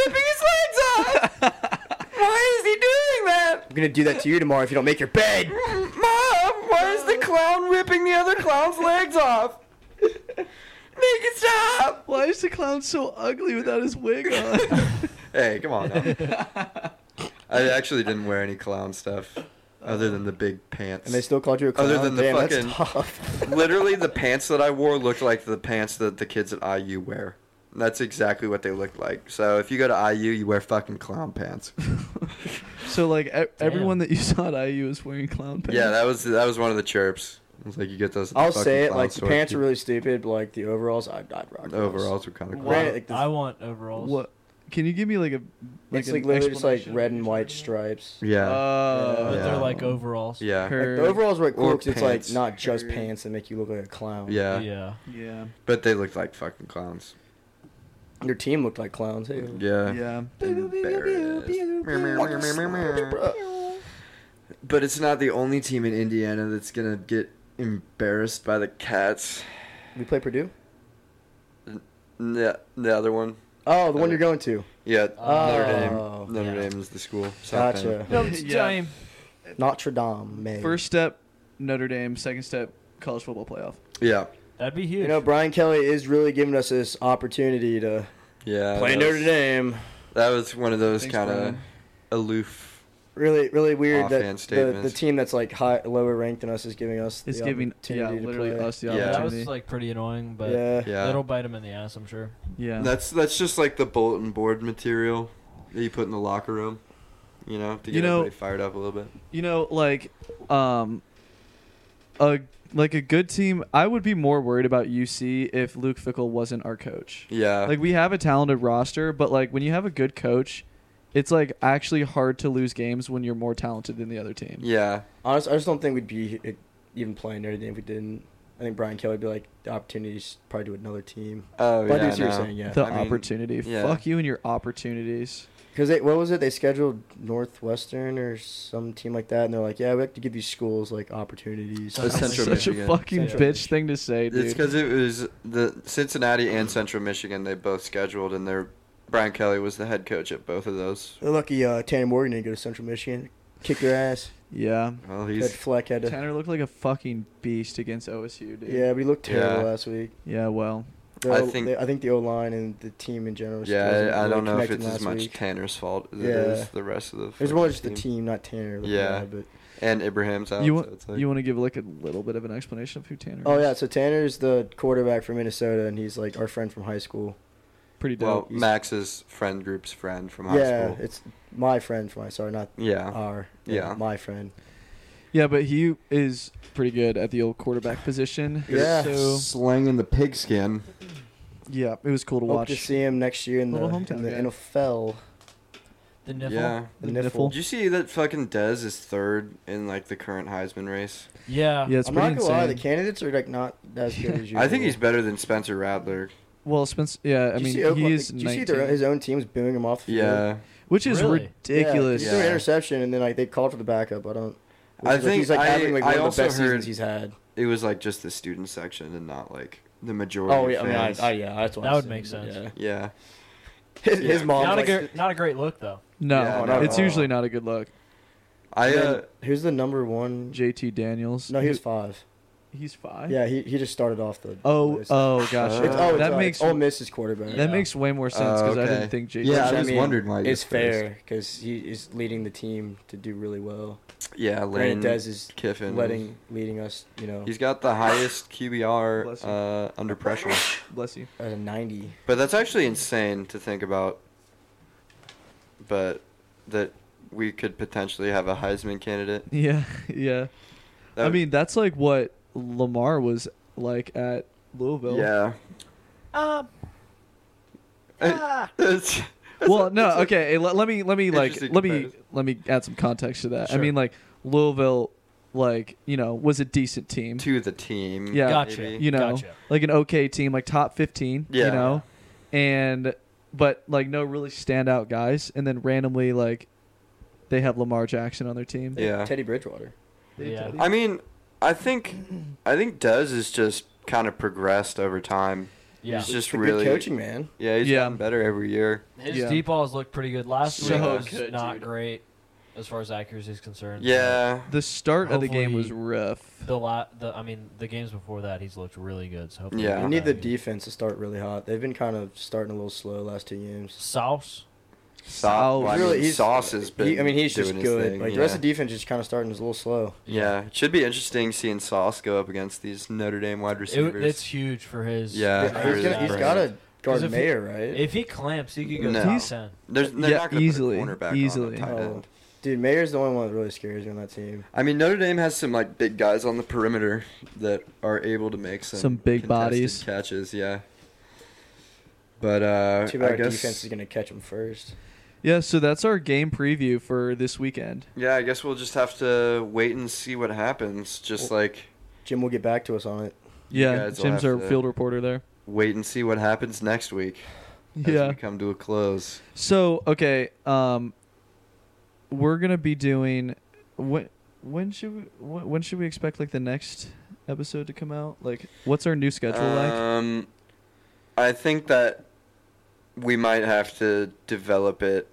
Speaker 2: his legs off. [LAUGHS] Why is he doing that?
Speaker 5: I'm gonna do that to you tomorrow if you don't make your bed.
Speaker 2: Mom, why is the clown ripping the other clown's legs off? Make it stop!
Speaker 3: Why is the clown so ugly without his wig on? [LAUGHS]
Speaker 2: Hey, come on now. I actually didn't wear any clown stuff other than the big pants.
Speaker 5: And they still called you a clown.
Speaker 2: Other than the
Speaker 5: Damn,
Speaker 2: fucking-
Speaker 5: that's
Speaker 2: [LAUGHS]
Speaker 5: tough.
Speaker 2: Literally, the pants that I wore looked like the pants that the kids at IU wear. And That's exactly what they looked like. So if you go to IU, you wear fucking clown
Speaker 5: [LAUGHS]
Speaker 2: pants.
Speaker 3: so like e- everyone
Speaker 4: Damn.
Speaker 3: that you saw at IU is wearing clown pants.
Speaker 2: yeah, that was that was one of the chirps. It was like you get those. at the
Speaker 5: I'll
Speaker 2: fucking
Speaker 5: say it
Speaker 2: clown
Speaker 5: like the
Speaker 2: store.
Speaker 5: pants are really stupid, but like the overalls, I'd, I'd rock.
Speaker 2: The
Speaker 5: those.
Speaker 2: [LAUGHS] overalls were kind of cool.
Speaker 5: Why- Right, like this-
Speaker 4: I want overalls.
Speaker 3: What? Can you give me like a like
Speaker 5: It's
Speaker 3: an
Speaker 5: like literally just like
Speaker 3: explanation?
Speaker 5: red and white stripes.
Speaker 2: Yeah.
Speaker 3: Oh.
Speaker 4: But
Speaker 2: Yeah.
Speaker 4: they're like overalls.
Speaker 2: yeah.
Speaker 5: Like,
Speaker 3: Her-
Speaker 5: the overalls were like, cool
Speaker 2: Or
Speaker 5: 'cause it's like
Speaker 2: pants.
Speaker 5: not just
Speaker 3: Heard.
Speaker 5: pants that make you look like a clown.
Speaker 2: Yeah.
Speaker 4: Yeah.
Speaker 3: yeah.
Speaker 2: But they looked like fucking clowns.
Speaker 5: Your team looked like clowns too.
Speaker 2: Yeah.
Speaker 3: Yeah.
Speaker 2: Embarrassed. But it's not the only team in Indiana that's gonna get embarrassed by the Cats.
Speaker 5: We play Purdue.
Speaker 2: The, the other one.
Speaker 5: Oh, the one you're going to.
Speaker 2: Yeah, Notre
Speaker 5: Oh.
Speaker 2: Dame. Notre
Speaker 4: Yeah.
Speaker 2: Dame is the school. South
Speaker 5: Gotcha.
Speaker 4: [LAUGHS] No, it's
Speaker 3: Yeah.
Speaker 4: giant.
Speaker 5: Notre Dame, man.
Speaker 3: First step, Notre Dame. Second step, college football playoff.
Speaker 2: Dame. Yeah.
Speaker 4: That'd be huge.
Speaker 5: You know, Brian Kelly is really giving us this opportunity to
Speaker 2: Yeah.
Speaker 5: play
Speaker 2: that
Speaker 5: Notre
Speaker 2: was-
Speaker 5: Dame.
Speaker 2: That was one of those
Speaker 3: Thanks,
Speaker 2: kind of
Speaker 3: Brian.
Speaker 2: aloof.
Speaker 5: Really, really weird that
Speaker 2: Offhand
Speaker 5: the,
Speaker 2: statements.
Speaker 5: the team that's like high, lower ranked than us is giving us
Speaker 3: It's
Speaker 5: the
Speaker 3: giving yeah,
Speaker 5: opportunity to
Speaker 3: literally
Speaker 5: play.
Speaker 3: us the
Speaker 2: Yeah.
Speaker 4: yeah, that
Speaker 3: opportunity.
Speaker 4: was like pretty annoying, but
Speaker 5: yeah.
Speaker 2: Yeah.
Speaker 4: that'll bite him in the ass, I'm sure.
Speaker 3: yeah.
Speaker 2: That's that's just like the bulletin board material that you put in the locker room. You know, to get
Speaker 3: You know-
Speaker 2: everybody fired up a little bit.
Speaker 3: You know, like, um, a like a good team. I would be more worried about UC if Luke Fickle wasn't our coach.
Speaker 2: Yeah.
Speaker 3: Like, we have a talented roster, but like when you have a good coach, it's like actually hard to lose games when you're more talented than the other team.
Speaker 2: yeah.
Speaker 5: Honest, I just don't think we'd be uh, even playing Notre Dame if we didn't. I think Brian Kelly'd be like the opportunities probably to another team.
Speaker 2: Oh
Speaker 5: But I do
Speaker 2: yeah,
Speaker 5: see what
Speaker 2: no.
Speaker 5: you're saying, yeah.
Speaker 3: the
Speaker 2: I mean,
Speaker 3: opportunity.
Speaker 2: yeah.
Speaker 3: Fuck you and your opportunities.
Speaker 5: Because what was it? They scheduled Northwestern or some team like that, and they're like, "Yeah, we have to give these schools like opportunities."
Speaker 4: So- That's
Speaker 3: That's
Speaker 2: Central
Speaker 3: such
Speaker 2: Michigan.
Speaker 3: a fucking
Speaker 4: Central
Speaker 3: bitch
Speaker 4: Michigan.
Speaker 3: thing to say, dude.
Speaker 2: It's because it was the Cincinnati and Central Michigan. They both scheduled, and their Brian Kelly was the head coach at both of those.
Speaker 5: They're lucky uh, Tanner Morgan didn't go to Central Michigan, kick their ass.
Speaker 3: yeah.
Speaker 2: Well,
Speaker 5: That
Speaker 2: [LAUGHS] he's
Speaker 5: Fleck had to.
Speaker 3: Tanner looked like a fucking beast against OSU, dude.
Speaker 5: Yeah, we looked terrible
Speaker 2: Yeah.
Speaker 5: last week.
Speaker 3: Yeah, well.
Speaker 5: The
Speaker 2: I
Speaker 5: O-
Speaker 2: think-
Speaker 5: they- I think the O line and the team in general. just wasn't
Speaker 2: yeah. I, I
Speaker 5: really
Speaker 2: don't know if
Speaker 5: connecting
Speaker 2: it's as
Speaker 5: last
Speaker 2: much
Speaker 5: week.
Speaker 2: Tanner's fault as it
Speaker 5: Yeah.
Speaker 2: is the rest of the.
Speaker 5: It was more
Speaker 2: fucking
Speaker 5: just the team, not Tanner. like,
Speaker 2: Yeah.
Speaker 5: yeah, but
Speaker 2: and Ibrahim's out.
Speaker 3: you
Speaker 2: so
Speaker 3: want
Speaker 2: it's like,
Speaker 3: you want to give like a little bit of an explanation of who Tanner
Speaker 5: oh
Speaker 3: is?
Speaker 5: yeah, so Tanner's the quarterback for Minnesota, and he's like our friend from high school.
Speaker 3: Pretty
Speaker 2: well,
Speaker 3: dope.
Speaker 5: he's-
Speaker 2: Max's friend group's friend from high
Speaker 5: yeah,
Speaker 2: school.
Speaker 5: it's my friend from my sorry, not
Speaker 2: Yeah,
Speaker 5: our.
Speaker 2: Yeah.
Speaker 5: my friend.
Speaker 3: yeah, but he is pretty good at the old quarterback position.
Speaker 5: Yeah.
Speaker 3: So,
Speaker 2: slanging the pigskin.
Speaker 3: yeah, it was cool to
Speaker 5: Hope to
Speaker 3: watch.
Speaker 5: see him next year in the,
Speaker 3: Little hometown
Speaker 5: in the
Speaker 3: guy.
Speaker 5: NFL.
Speaker 4: The niffle.
Speaker 2: Yeah.
Speaker 5: The
Speaker 3: The
Speaker 5: niffle.
Speaker 2: Did you see that fucking Dez is third in like the current Heisman race?
Speaker 4: Yeah.
Speaker 3: Yeah, it's
Speaker 5: I'm not
Speaker 3: pretty
Speaker 5: gonna lie, the
Speaker 3: insane.
Speaker 5: candidates are like not as good
Speaker 3: [LAUGHS]
Speaker 5: as you.
Speaker 2: I think he's better than Spencer Radler.
Speaker 3: Well, Spencer. Yeah, I
Speaker 5: Did you
Speaker 3: mean,
Speaker 5: see Oklahoma-
Speaker 3: he is
Speaker 5: did you see
Speaker 3: 19,
Speaker 5: their, his own team's booing him off the field?
Speaker 2: Yeah,
Speaker 3: which is
Speaker 4: Really?
Speaker 3: ridiculous.
Speaker 5: Yeah, he threw an
Speaker 2: Yeah.
Speaker 5: interception, and then like they called for the backup. I don't. which is,
Speaker 2: I
Speaker 5: like,
Speaker 2: think
Speaker 5: he's like
Speaker 2: I-
Speaker 5: having like
Speaker 2: I
Speaker 5: one of
Speaker 2: also
Speaker 5: the best
Speaker 2: heard-
Speaker 5: seasons he's had.
Speaker 2: it was like just the student section and not like the majority.
Speaker 5: Oh yeah,
Speaker 2: of
Speaker 5: I mean, I,
Speaker 2: fans.
Speaker 5: I, yeah, that's what
Speaker 4: That
Speaker 5: I'm
Speaker 4: would
Speaker 5: saying,
Speaker 4: make
Speaker 5: but
Speaker 4: sense.
Speaker 5: Yeah.
Speaker 2: yeah.
Speaker 5: [LAUGHS] His,
Speaker 2: Yeah.
Speaker 5: his mom.
Speaker 4: Not a
Speaker 5: like,
Speaker 4: good, not a great look though.
Speaker 3: No,
Speaker 2: Yeah,
Speaker 5: no,
Speaker 3: it's
Speaker 5: no.
Speaker 3: usually not a good look.
Speaker 2: I
Speaker 5: then
Speaker 2: uh,
Speaker 5: who's the number one?
Speaker 3: JT Daniels.
Speaker 5: No, he was five.
Speaker 3: He's five.
Speaker 5: Yeah, he he just started off the.
Speaker 3: Oh,
Speaker 5: list.
Speaker 3: oh gosh.
Speaker 5: It's, oh, that
Speaker 3: that
Speaker 5: makes
Speaker 3: makes
Speaker 5: Ole Miss's quarterback.
Speaker 3: that
Speaker 4: Yeah.
Speaker 3: makes way more sense because I
Speaker 2: Oh, okay.
Speaker 3: didn't think JT.
Speaker 2: Yeah,
Speaker 5: Which,
Speaker 2: I was wondering why he
Speaker 5: It's
Speaker 2: was first.
Speaker 5: fair because he is leading the team to do really well.
Speaker 2: yeah,
Speaker 5: Lane
Speaker 2: Lane
Speaker 5: Dez is
Speaker 2: Kiffin.
Speaker 5: letting leading us, you know,
Speaker 2: He's got the highest
Speaker 3: Bless
Speaker 2: QBR
Speaker 3: you.
Speaker 2: uh, under pressure,
Speaker 3: Bless you. [LAUGHS]
Speaker 5: at a 90.
Speaker 2: but that's actually insane to think about. But that we could potentially have a Heisman candidate.
Speaker 3: Yeah, yeah.
Speaker 2: That
Speaker 3: I
Speaker 2: would-
Speaker 3: mean, that's like what Lamar was like at Louisville.
Speaker 2: yeah. [LAUGHS]
Speaker 4: Um.
Speaker 2: It's-
Speaker 3: Well, no, okay. eh, Let, let me let me like
Speaker 2: Interesting
Speaker 3: let me
Speaker 2: comparison.
Speaker 3: let me add some context to that.
Speaker 5: Sure.
Speaker 3: I mean, like Louisville, like you know, was a decent team.
Speaker 2: to the team.
Speaker 3: Yeah.
Speaker 4: Gotcha.
Speaker 2: maybe.
Speaker 3: you know,
Speaker 4: Gotcha.
Speaker 3: like an okay team, like top fifteen.
Speaker 2: Yeah.
Speaker 3: You know, and but like no really standout guys, and then randomly like they have Lamar Jackson on their team.
Speaker 2: Yeah.
Speaker 5: Teddy Bridgewater.
Speaker 4: Yeah.
Speaker 2: I mean, I think, I think Dez is just kind of progressed over time.
Speaker 4: Yeah.
Speaker 2: He's just
Speaker 5: The
Speaker 2: really
Speaker 5: good coaching man.
Speaker 2: Yeah, he's
Speaker 3: Yeah.
Speaker 2: gotten better every year.
Speaker 4: His
Speaker 3: Yeah.
Speaker 4: deep balls look pretty good. Last
Speaker 3: So
Speaker 4: week was
Speaker 3: good,
Speaker 4: not
Speaker 3: dude.
Speaker 4: great as far as accuracy is concerned.
Speaker 2: Yeah,
Speaker 3: The start of the game was
Speaker 4: Hopefully-
Speaker 3: rough.
Speaker 4: The la- the I mean the games before that he's looked really good. So hopefully
Speaker 2: Yeah.
Speaker 5: We
Speaker 4: we
Speaker 5: need the
Speaker 4: get that.
Speaker 5: defense to start really hot. They've been kind of starting a little slow last two games.
Speaker 4: sauce.
Speaker 3: Sauce.
Speaker 2: Sau- well, I mean,
Speaker 5: Really, he's-
Speaker 2: Sauce has been.
Speaker 5: He, I mean, he's
Speaker 2: doing
Speaker 5: just
Speaker 2: his
Speaker 5: good.
Speaker 2: thing,
Speaker 5: like
Speaker 2: yeah.
Speaker 5: the rest of the defense is kind of starting is a little slow.
Speaker 2: yeah, it should be interesting seeing Sauce go up against these Notre Dame wide
Speaker 4: It,
Speaker 2: receivers.
Speaker 4: it's huge for his.
Speaker 2: Yeah,
Speaker 5: Yeah,
Speaker 2: I heard
Speaker 5: he's, gonna, he's
Speaker 2: that.
Speaker 5: got to
Speaker 4: Because if
Speaker 5: guard
Speaker 4: he-
Speaker 5: Mayer, right?
Speaker 4: If he clamps, he could go
Speaker 2: No.
Speaker 4: top
Speaker 2: He's-
Speaker 4: ten.
Speaker 2: They're, they're
Speaker 3: Yeah,
Speaker 2: not going to
Speaker 3: easily,
Speaker 2: put a cornerback
Speaker 3: easily.
Speaker 2: on a tight
Speaker 5: Oh.
Speaker 2: end.
Speaker 5: Dude, Mayer's the only one that really scares me on that team.
Speaker 2: I mean, Notre Dame has some like big guys on the perimeter that are able to make some
Speaker 3: Some big
Speaker 2: contested
Speaker 3: bodies.
Speaker 2: catches. Yeah, but uh,
Speaker 5: Too bad
Speaker 2: I
Speaker 5: our
Speaker 2: guess
Speaker 5: defense is gonna catch him first.
Speaker 3: Yeah, so that's our game preview for this weekend.
Speaker 2: yeah, I guess we'll just have to wait and see what happens. Just like
Speaker 5: Jim will get back to us on it.
Speaker 2: You
Speaker 3: Yeah,
Speaker 2: guys will
Speaker 3: Jim's
Speaker 2: have
Speaker 3: our
Speaker 2: to-
Speaker 3: field reporter there.
Speaker 2: wait and see what happens next week as
Speaker 3: Yeah.
Speaker 2: we come to a close.
Speaker 3: So okay, um, we're gonna be doing when when should we when, when should we expect like the next episode to come out? Like, what's our new schedule like?
Speaker 2: Um, I think that we might have to develop it,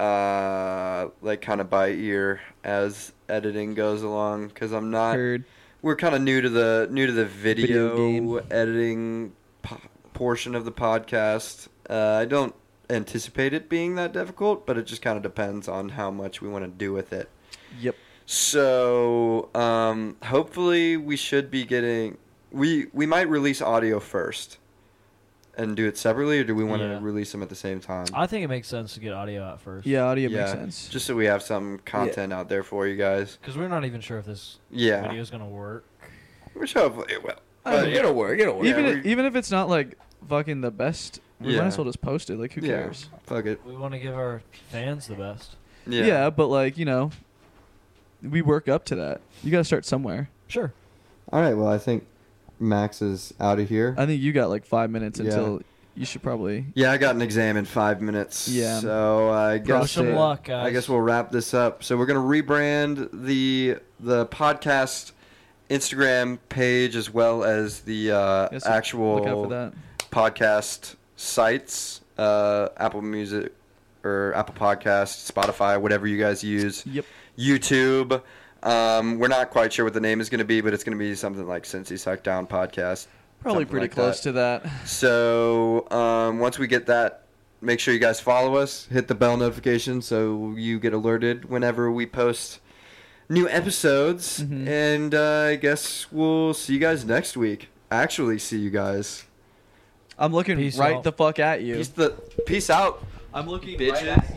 Speaker 2: uh, like kind of by ear as editing goes along, because I'm not.
Speaker 3: Heard.
Speaker 2: We're kind of new to the new to the
Speaker 3: Video
Speaker 2: video,
Speaker 3: game.
Speaker 2: editing po- portion of the podcast. Uh, I don't anticipate it being that difficult, but it just kind of depends on how much we want to do with it.
Speaker 3: Yep.
Speaker 2: So um, hopefully we should be getting we we might release audio first and do it separately, or do we want to
Speaker 4: Yeah.
Speaker 2: release them at the same time?
Speaker 4: I think it makes sense to get audio out first.
Speaker 3: Um, Yeah, audio makes
Speaker 2: Yeah,
Speaker 3: sense.
Speaker 2: Just so we have some content out there for you guys.
Speaker 4: Because we're not even sure if this
Speaker 2: Yeah,
Speaker 4: video is gonna work.
Speaker 2: which hopefully it will.
Speaker 3: I
Speaker 2: But
Speaker 3: mean,
Speaker 2: yeah,
Speaker 5: work. It'll
Speaker 2: yeah,
Speaker 3: even
Speaker 2: we-
Speaker 3: if, even if it's not like fucking the best, we might as
Speaker 2: Yeah.
Speaker 3: well just post it. Like, who
Speaker 2: Yeah.
Speaker 3: cares?
Speaker 2: fuck it.
Speaker 4: We want to give our fans the best.
Speaker 2: Yeah.
Speaker 3: yeah, but like you know, we work up to that. You got to start somewhere.
Speaker 4: Sure.
Speaker 2: All right. Well, I think Max is out of here.
Speaker 3: I think you got like five minutes
Speaker 2: Yeah.
Speaker 3: until you should probably.
Speaker 2: yeah, I got an exam in five minutes.
Speaker 3: Yeah.
Speaker 2: So I
Speaker 3: Prostate.
Speaker 2: guess
Speaker 4: Wish 'em luck, guys.
Speaker 2: I guess we'll wrap this up. So we're gonna rebrand the the podcast Instagram page as well as the uh,
Speaker 3: Yes,
Speaker 2: actual
Speaker 3: Look out for that.
Speaker 2: podcast sites, uh, Apple Music or Apple Podcast, Spotify, whatever you guys use,
Speaker 3: Yep.
Speaker 2: YouTube. Um, we're not quite sure what the name is going to be, but it's going to be something like Cincy Suck Down Podcast.
Speaker 3: Probably
Speaker 2: something
Speaker 3: pretty
Speaker 2: like
Speaker 3: close
Speaker 2: that.
Speaker 3: to that.
Speaker 2: So um, once we get that, make sure you guys follow us, hit the bell notification so you get alerted whenever we post new episodes.
Speaker 3: Mhm.
Speaker 2: And uh, I guess we'll see you guys next week. Actually, see you guys.
Speaker 3: I'm looking
Speaker 4: Peace
Speaker 3: right
Speaker 4: out.
Speaker 3: the fuck at you.
Speaker 2: Peace the peace out.
Speaker 3: I'm looking
Speaker 2: right
Speaker 3: right
Speaker 2: Bitches. at
Speaker 3: at